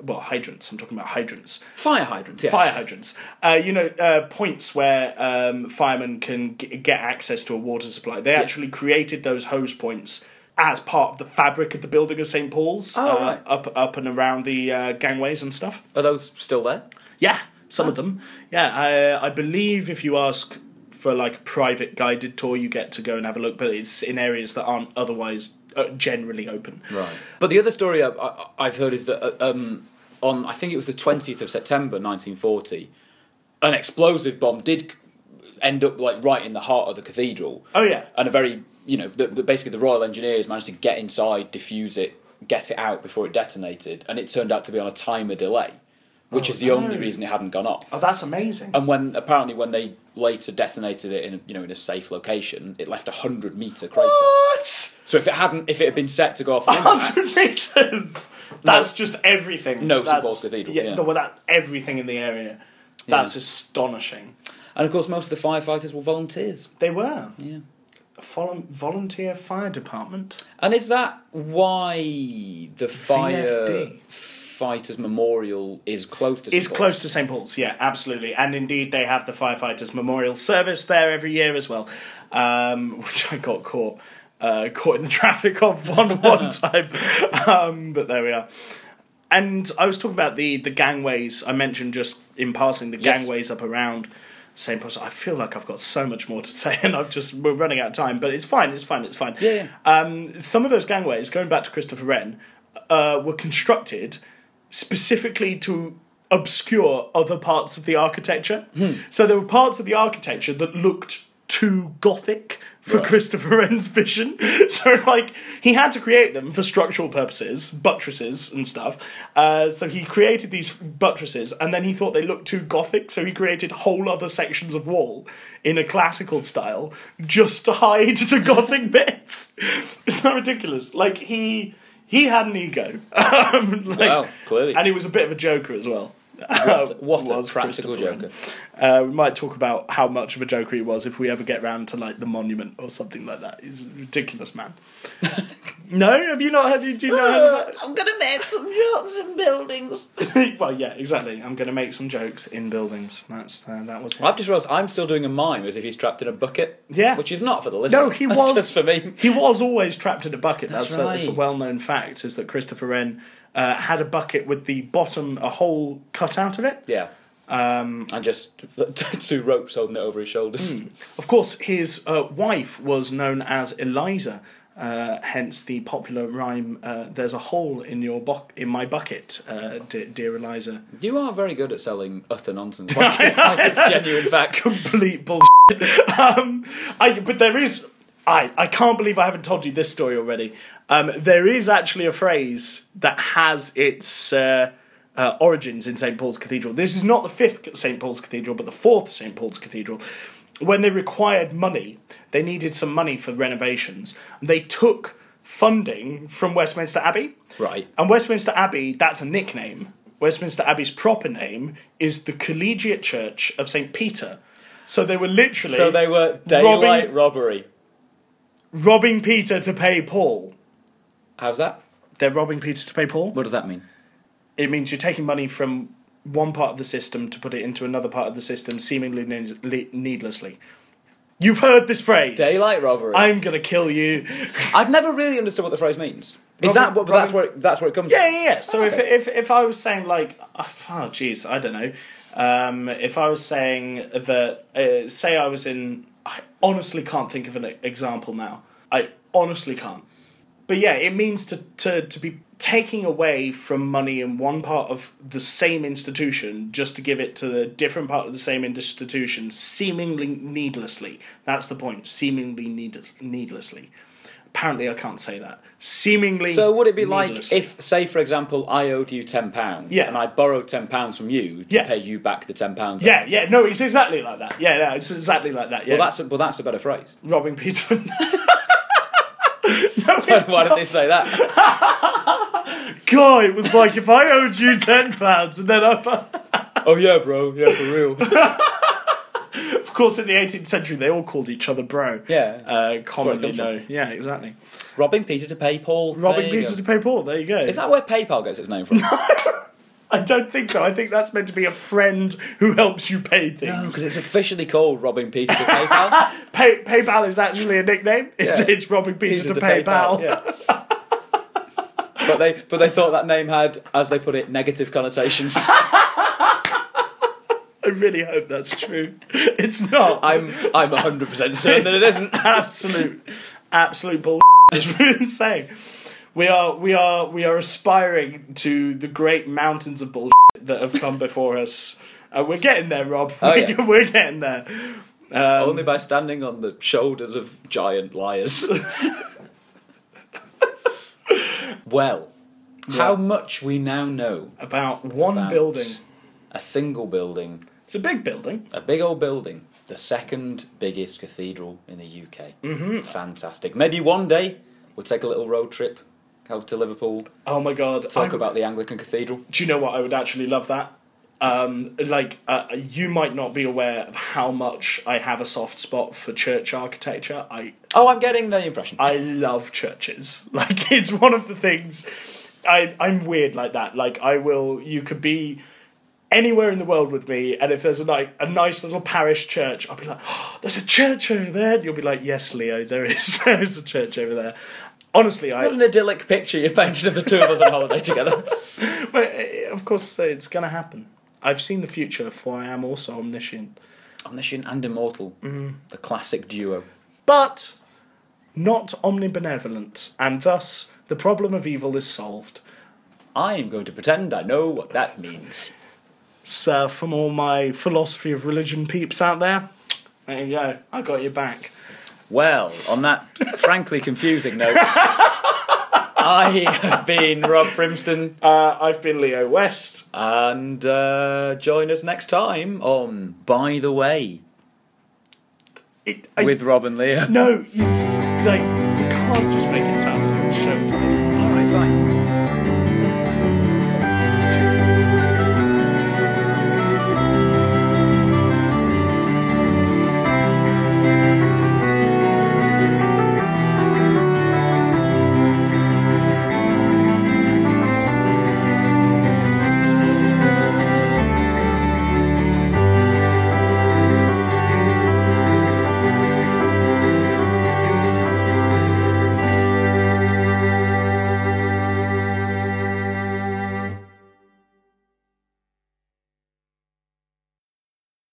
[SPEAKER 2] well, hydrants. I'm talking about hydrants.
[SPEAKER 1] Fire hydrants, yes.
[SPEAKER 2] Fire hydrants. Uh, you know, uh, points where um, firemen can g- get access to a water supply. They actually created those hose points as part of the fabric of the building of St. Paul's,
[SPEAKER 1] Oh,
[SPEAKER 2] uh,
[SPEAKER 1] right.
[SPEAKER 2] up up and around the uh, gangways and stuff.
[SPEAKER 1] Are those still there?
[SPEAKER 2] Yeah, some of them. Yeah, I, I believe if you ask for like a private guided tour, you get to go and have a look, but it's in areas that aren't otherwise uh, generally open.
[SPEAKER 1] Right. But the other story I, I, I've heard is that uh, um, on I think it was the twentieth of September, nineteen forty, an explosive bomb did end up like right in the heart of the cathedral.
[SPEAKER 2] Oh, yeah.
[SPEAKER 1] And a very you know the, the, basically the Royal Engineers managed to get inside, defuse it, get it out before it detonated, and it turned out to be on a timer delay, which is the only reason it hadn't gone off.
[SPEAKER 2] Oh, that's amazing.
[SPEAKER 1] And when apparently when they later detonated it in a, you know in a safe location, it left a hundred meter crater.
[SPEAKER 2] what?
[SPEAKER 1] So if it hadn't, if it had been set to go off, an impact-
[SPEAKER 2] 100 metres! That's just everything.
[SPEAKER 1] No, St.
[SPEAKER 2] That's-
[SPEAKER 1] Paul's Cathedral, yeah.
[SPEAKER 2] no, well, that, everything in the area. That's
[SPEAKER 1] Yeah.
[SPEAKER 2] astonishing.
[SPEAKER 1] And of course, most of the firefighters were volunteers.
[SPEAKER 2] They were.
[SPEAKER 1] Yeah.
[SPEAKER 2] Vol- volunteer fire department.
[SPEAKER 1] And is that why the fire
[SPEAKER 2] VFD.
[SPEAKER 1] fighters memorial is close to St.
[SPEAKER 2] is
[SPEAKER 1] Paul's?
[SPEAKER 2] close to St Paul's, yeah, absolutely, and indeed they have the firefighters memorial service there every year as well, um, which I got caught uh, caught in the traffic of one one time, um, but there we are. And I was talking about the the gangways I mentioned just in passing the
[SPEAKER 1] Yes.
[SPEAKER 2] gangways up around St Paul's. I feel like I've got so much more to say, and I've just we're running out of time, but it's fine, it's fine, it's fine.
[SPEAKER 1] Yeah, yeah.
[SPEAKER 2] Um, some of those gangways, going back to Christopher Wren, uh, were constructed specifically to obscure other parts of the architecture.
[SPEAKER 1] Hmm.
[SPEAKER 2] So there were parts of the architecture that looked too gothic for
[SPEAKER 1] Right.
[SPEAKER 2] Christopher Wren's vision. So, like, he had to create them for structural purposes, buttresses and stuff. Uh, so he created these buttresses, and then he thought they looked too gothic, so he created whole other sections of wall in a classical style just to hide the gothic bits. Isn't that ridiculous? Like, he. He had an ego. um, like,
[SPEAKER 1] Wow, clearly.
[SPEAKER 2] And he was a bit of a joker as well.
[SPEAKER 1] What a
[SPEAKER 2] Was
[SPEAKER 1] practical
[SPEAKER 2] Christopher Wren.
[SPEAKER 1] joker.
[SPEAKER 2] Uh, we might talk about how much of a joker he was if we ever get round to like the monument or something like that. He's a ridiculous man. no, have you not heard? Do you know?
[SPEAKER 3] Ugh, I'm gonna make some jokes in buildings.
[SPEAKER 2] well, yeah, exactly. I'm going to make some jokes in buildings. That's uh, that was. Him.
[SPEAKER 1] I've just realised I'm still doing a mime as if he's trapped in a bucket.
[SPEAKER 2] Yeah.
[SPEAKER 1] Which is not for the listener.
[SPEAKER 2] no, he
[SPEAKER 1] That's
[SPEAKER 2] was
[SPEAKER 1] just for me.
[SPEAKER 2] He was always trapped in a bucket. That's,
[SPEAKER 1] That's
[SPEAKER 2] a, that's a
[SPEAKER 1] right.
[SPEAKER 2] well-known fact. Is that Christopher Wren uh, had a bucket with the bottom a hole cut out of it?
[SPEAKER 1] Yeah. Um, and just two ropes holding it over his shoulders.
[SPEAKER 2] Of course, his uh, wife was known as Eliza, uh, hence the popular rhyme uh, "There's a hole in your bo- in my bucket, uh, de- dear Eliza."
[SPEAKER 1] You are very good at selling utter nonsense. Like it's, like it's genuine fact.
[SPEAKER 2] Complete bullshit. um, I, but there is, I, I can't believe I haven't told you this story already. Um, there is actually a phrase that has its uh, uh, origins in St Paul's Cathedral. This is not the fifth St Paul's Cathedral, but the fourth St Paul's Cathedral. When they required money, they needed some money for renovations. They took funding from Westminster Abbey.
[SPEAKER 1] Right.
[SPEAKER 2] And Westminster Abbey, that's a nickname. Westminster Abbey's proper name is the Collegiate Church of St. Peter. So they were literally
[SPEAKER 1] So they were daylight robbery.
[SPEAKER 2] robbing Peter to pay Paul.
[SPEAKER 1] How's that?
[SPEAKER 2] They're robbing Peter to pay Paul.
[SPEAKER 1] What does that mean?
[SPEAKER 2] It means you're taking money from one part of the system to put it into another part of the system seemingly ne- le- needlessly. You've heard this phrase.
[SPEAKER 1] Daylight robbery.
[SPEAKER 2] I'm going to kill you.
[SPEAKER 1] I've never really understood what the phrase means. Is that
[SPEAKER 2] Robin-
[SPEAKER 1] what? but That's
[SPEAKER 2] Robin-
[SPEAKER 1] where it, that's where it comes.
[SPEAKER 2] Yeah,
[SPEAKER 1] from.
[SPEAKER 2] yeah, yeah. So
[SPEAKER 1] Oh, Okay.
[SPEAKER 2] if, if if I was saying like, oh jeez, I don't know. Um, if I was saying that, uh, say I was in, I honestly can't think of an e- example now. I honestly can't. But yeah, it means to to to be taking away from money in one part of the same institution just to give it to a different part of the same institution seemingly needlessly. That's the point. Seemingly needless, needlessly. Apparently, I can't say that. Seemingly.
[SPEAKER 1] So would it be like
[SPEAKER 2] needlessly.
[SPEAKER 1] if, say, for example, I owed you ten pounds,
[SPEAKER 2] Yeah.
[SPEAKER 1] and I borrowed ten pounds from you to
[SPEAKER 2] Yeah.
[SPEAKER 1] pay you back the ten pounds?
[SPEAKER 2] Yeah, yeah, no, it's exactly like that. Yeah, no, it's exactly like that. Yeah,
[SPEAKER 1] Well, that's a, well, that's a better phrase.
[SPEAKER 2] robbing Peter. no, it's
[SPEAKER 1] Why
[SPEAKER 2] not.
[SPEAKER 1] did they say that?
[SPEAKER 2] God, it was like if I owed you ten pounds and then I.
[SPEAKER 1] oh yeah, bro. Yeah, for real.
[SPEAKER 2] Of course, in the 18th century, they all called each other bro.
[SPEAKER 1] Yeah.
[SPEAKER 2] Uh, commonly,
[SPEAKER 1] comes from.
[SPEAKER 2] no. Yeah, exactly.
[SPEAKER 1] Robbing Peter to pay Paul.
[SPEAKER 2] Robbing
[SPEAKER 1] There you
[SPEAKER 2] Peter
[SPEAKER 1] go.
[SPEAKER 2] to pay Paul. There you go.
[SPEAKER 1] Is that where PayPal gets its name from? no,
[SPEAKER 2] I don't think so. I think that's meant to be a friend who helps you pay things.
[SPEAKER 1] because it's officially called Robbing Peter to PayPal.
[SPEAKER 2] Pay, PayPal is actually a nickname. It's,
[SPEAKER 1] Yeah.
[SPEAKER 2] it's robbing Peter, to, PayPal.
[SPEAKER 1] Yeah. But they, but they thought that name had, as they put it, negative connotations.
[SPEAKER 2] I really hope that's true. It's not.
[SPEAKER 1] I'm, I'm 100% certain that it isn't.
[SPEAKER 2] absolute, absolute bull. It's insane. We are, we are, we are aspiring to the great mountains of bullshit that have come before us, and we're getting there, Rob.
[SPEAKER 1] Oh, yeah.
[SPEAKER 2] we're getting there.
[SPEAKER 1] Only by standing on the shoulders of giant liars. well, how much we now know.
[SPEAKER 2] About one
[SPEAKER 1] about
[SPEAKER 2] building.
[SPEAKER 1] A single building,
[SPEAKER 2] It's a big building.
[SPEAKER 1] a big old building, the second biggest cathedral in the UK. Mm-hmm. Fantastic. Maybe one day we'll take a little road trip out to Liverpool,
[SPEAKER 2] Oh my god!
[SPEAKER 1] talk
[SPEAKER 2] I-
[SPEAKER 1] about the Anglican Cathedral.
[SPEAKER 2] do you know what? I would actually love that. Um, like uh, you might not be aware of how much I have a soft spot for church architecture. I
[SPEAKER 1] Oh, I'm getting the impression.
[SPEAKER 2] I love churches. Like it's one of the things. I I'm weird like that. Like I will. You could be anywhere in the world with me, and if there's a like a nice little parish church, I'll be like, oh, "There's a church over there." And you'll be like, "Yes, Leo, there is. There is a church over there." Honestly, I
[SPEAKER 1] what an idyllic picture you've painted of the two of us on holiday together.
[SPEAKER 2] But uh, of course, uh, it's going to happen. I've seen the future, for I am also omniscient.
[SPEAKER 1] Omniscient and immortal, the classic duo.
[SPEAKER 2] But not omnibenevolent, and thus the problem of evil is solved.
[SPEAKER 1] I am going to pretend I know what that means.
[SPEAKER 2] So, uh, from all my philosophy of religion peeps out there, there you go. I got your back.
[SPEAKER 1] Well, on that frankly confusing note, I have been Rob Frimston,
[SPEAKER 2] Uh, I've been Leo West.
[SPEAKER 1] and uh, join us next time on By the Way
[SPEAKER 2] It, I,
[SPEAKER 1] with Rob and Leo.
[SPEAKER 2] no, it's like we can't just make it sound.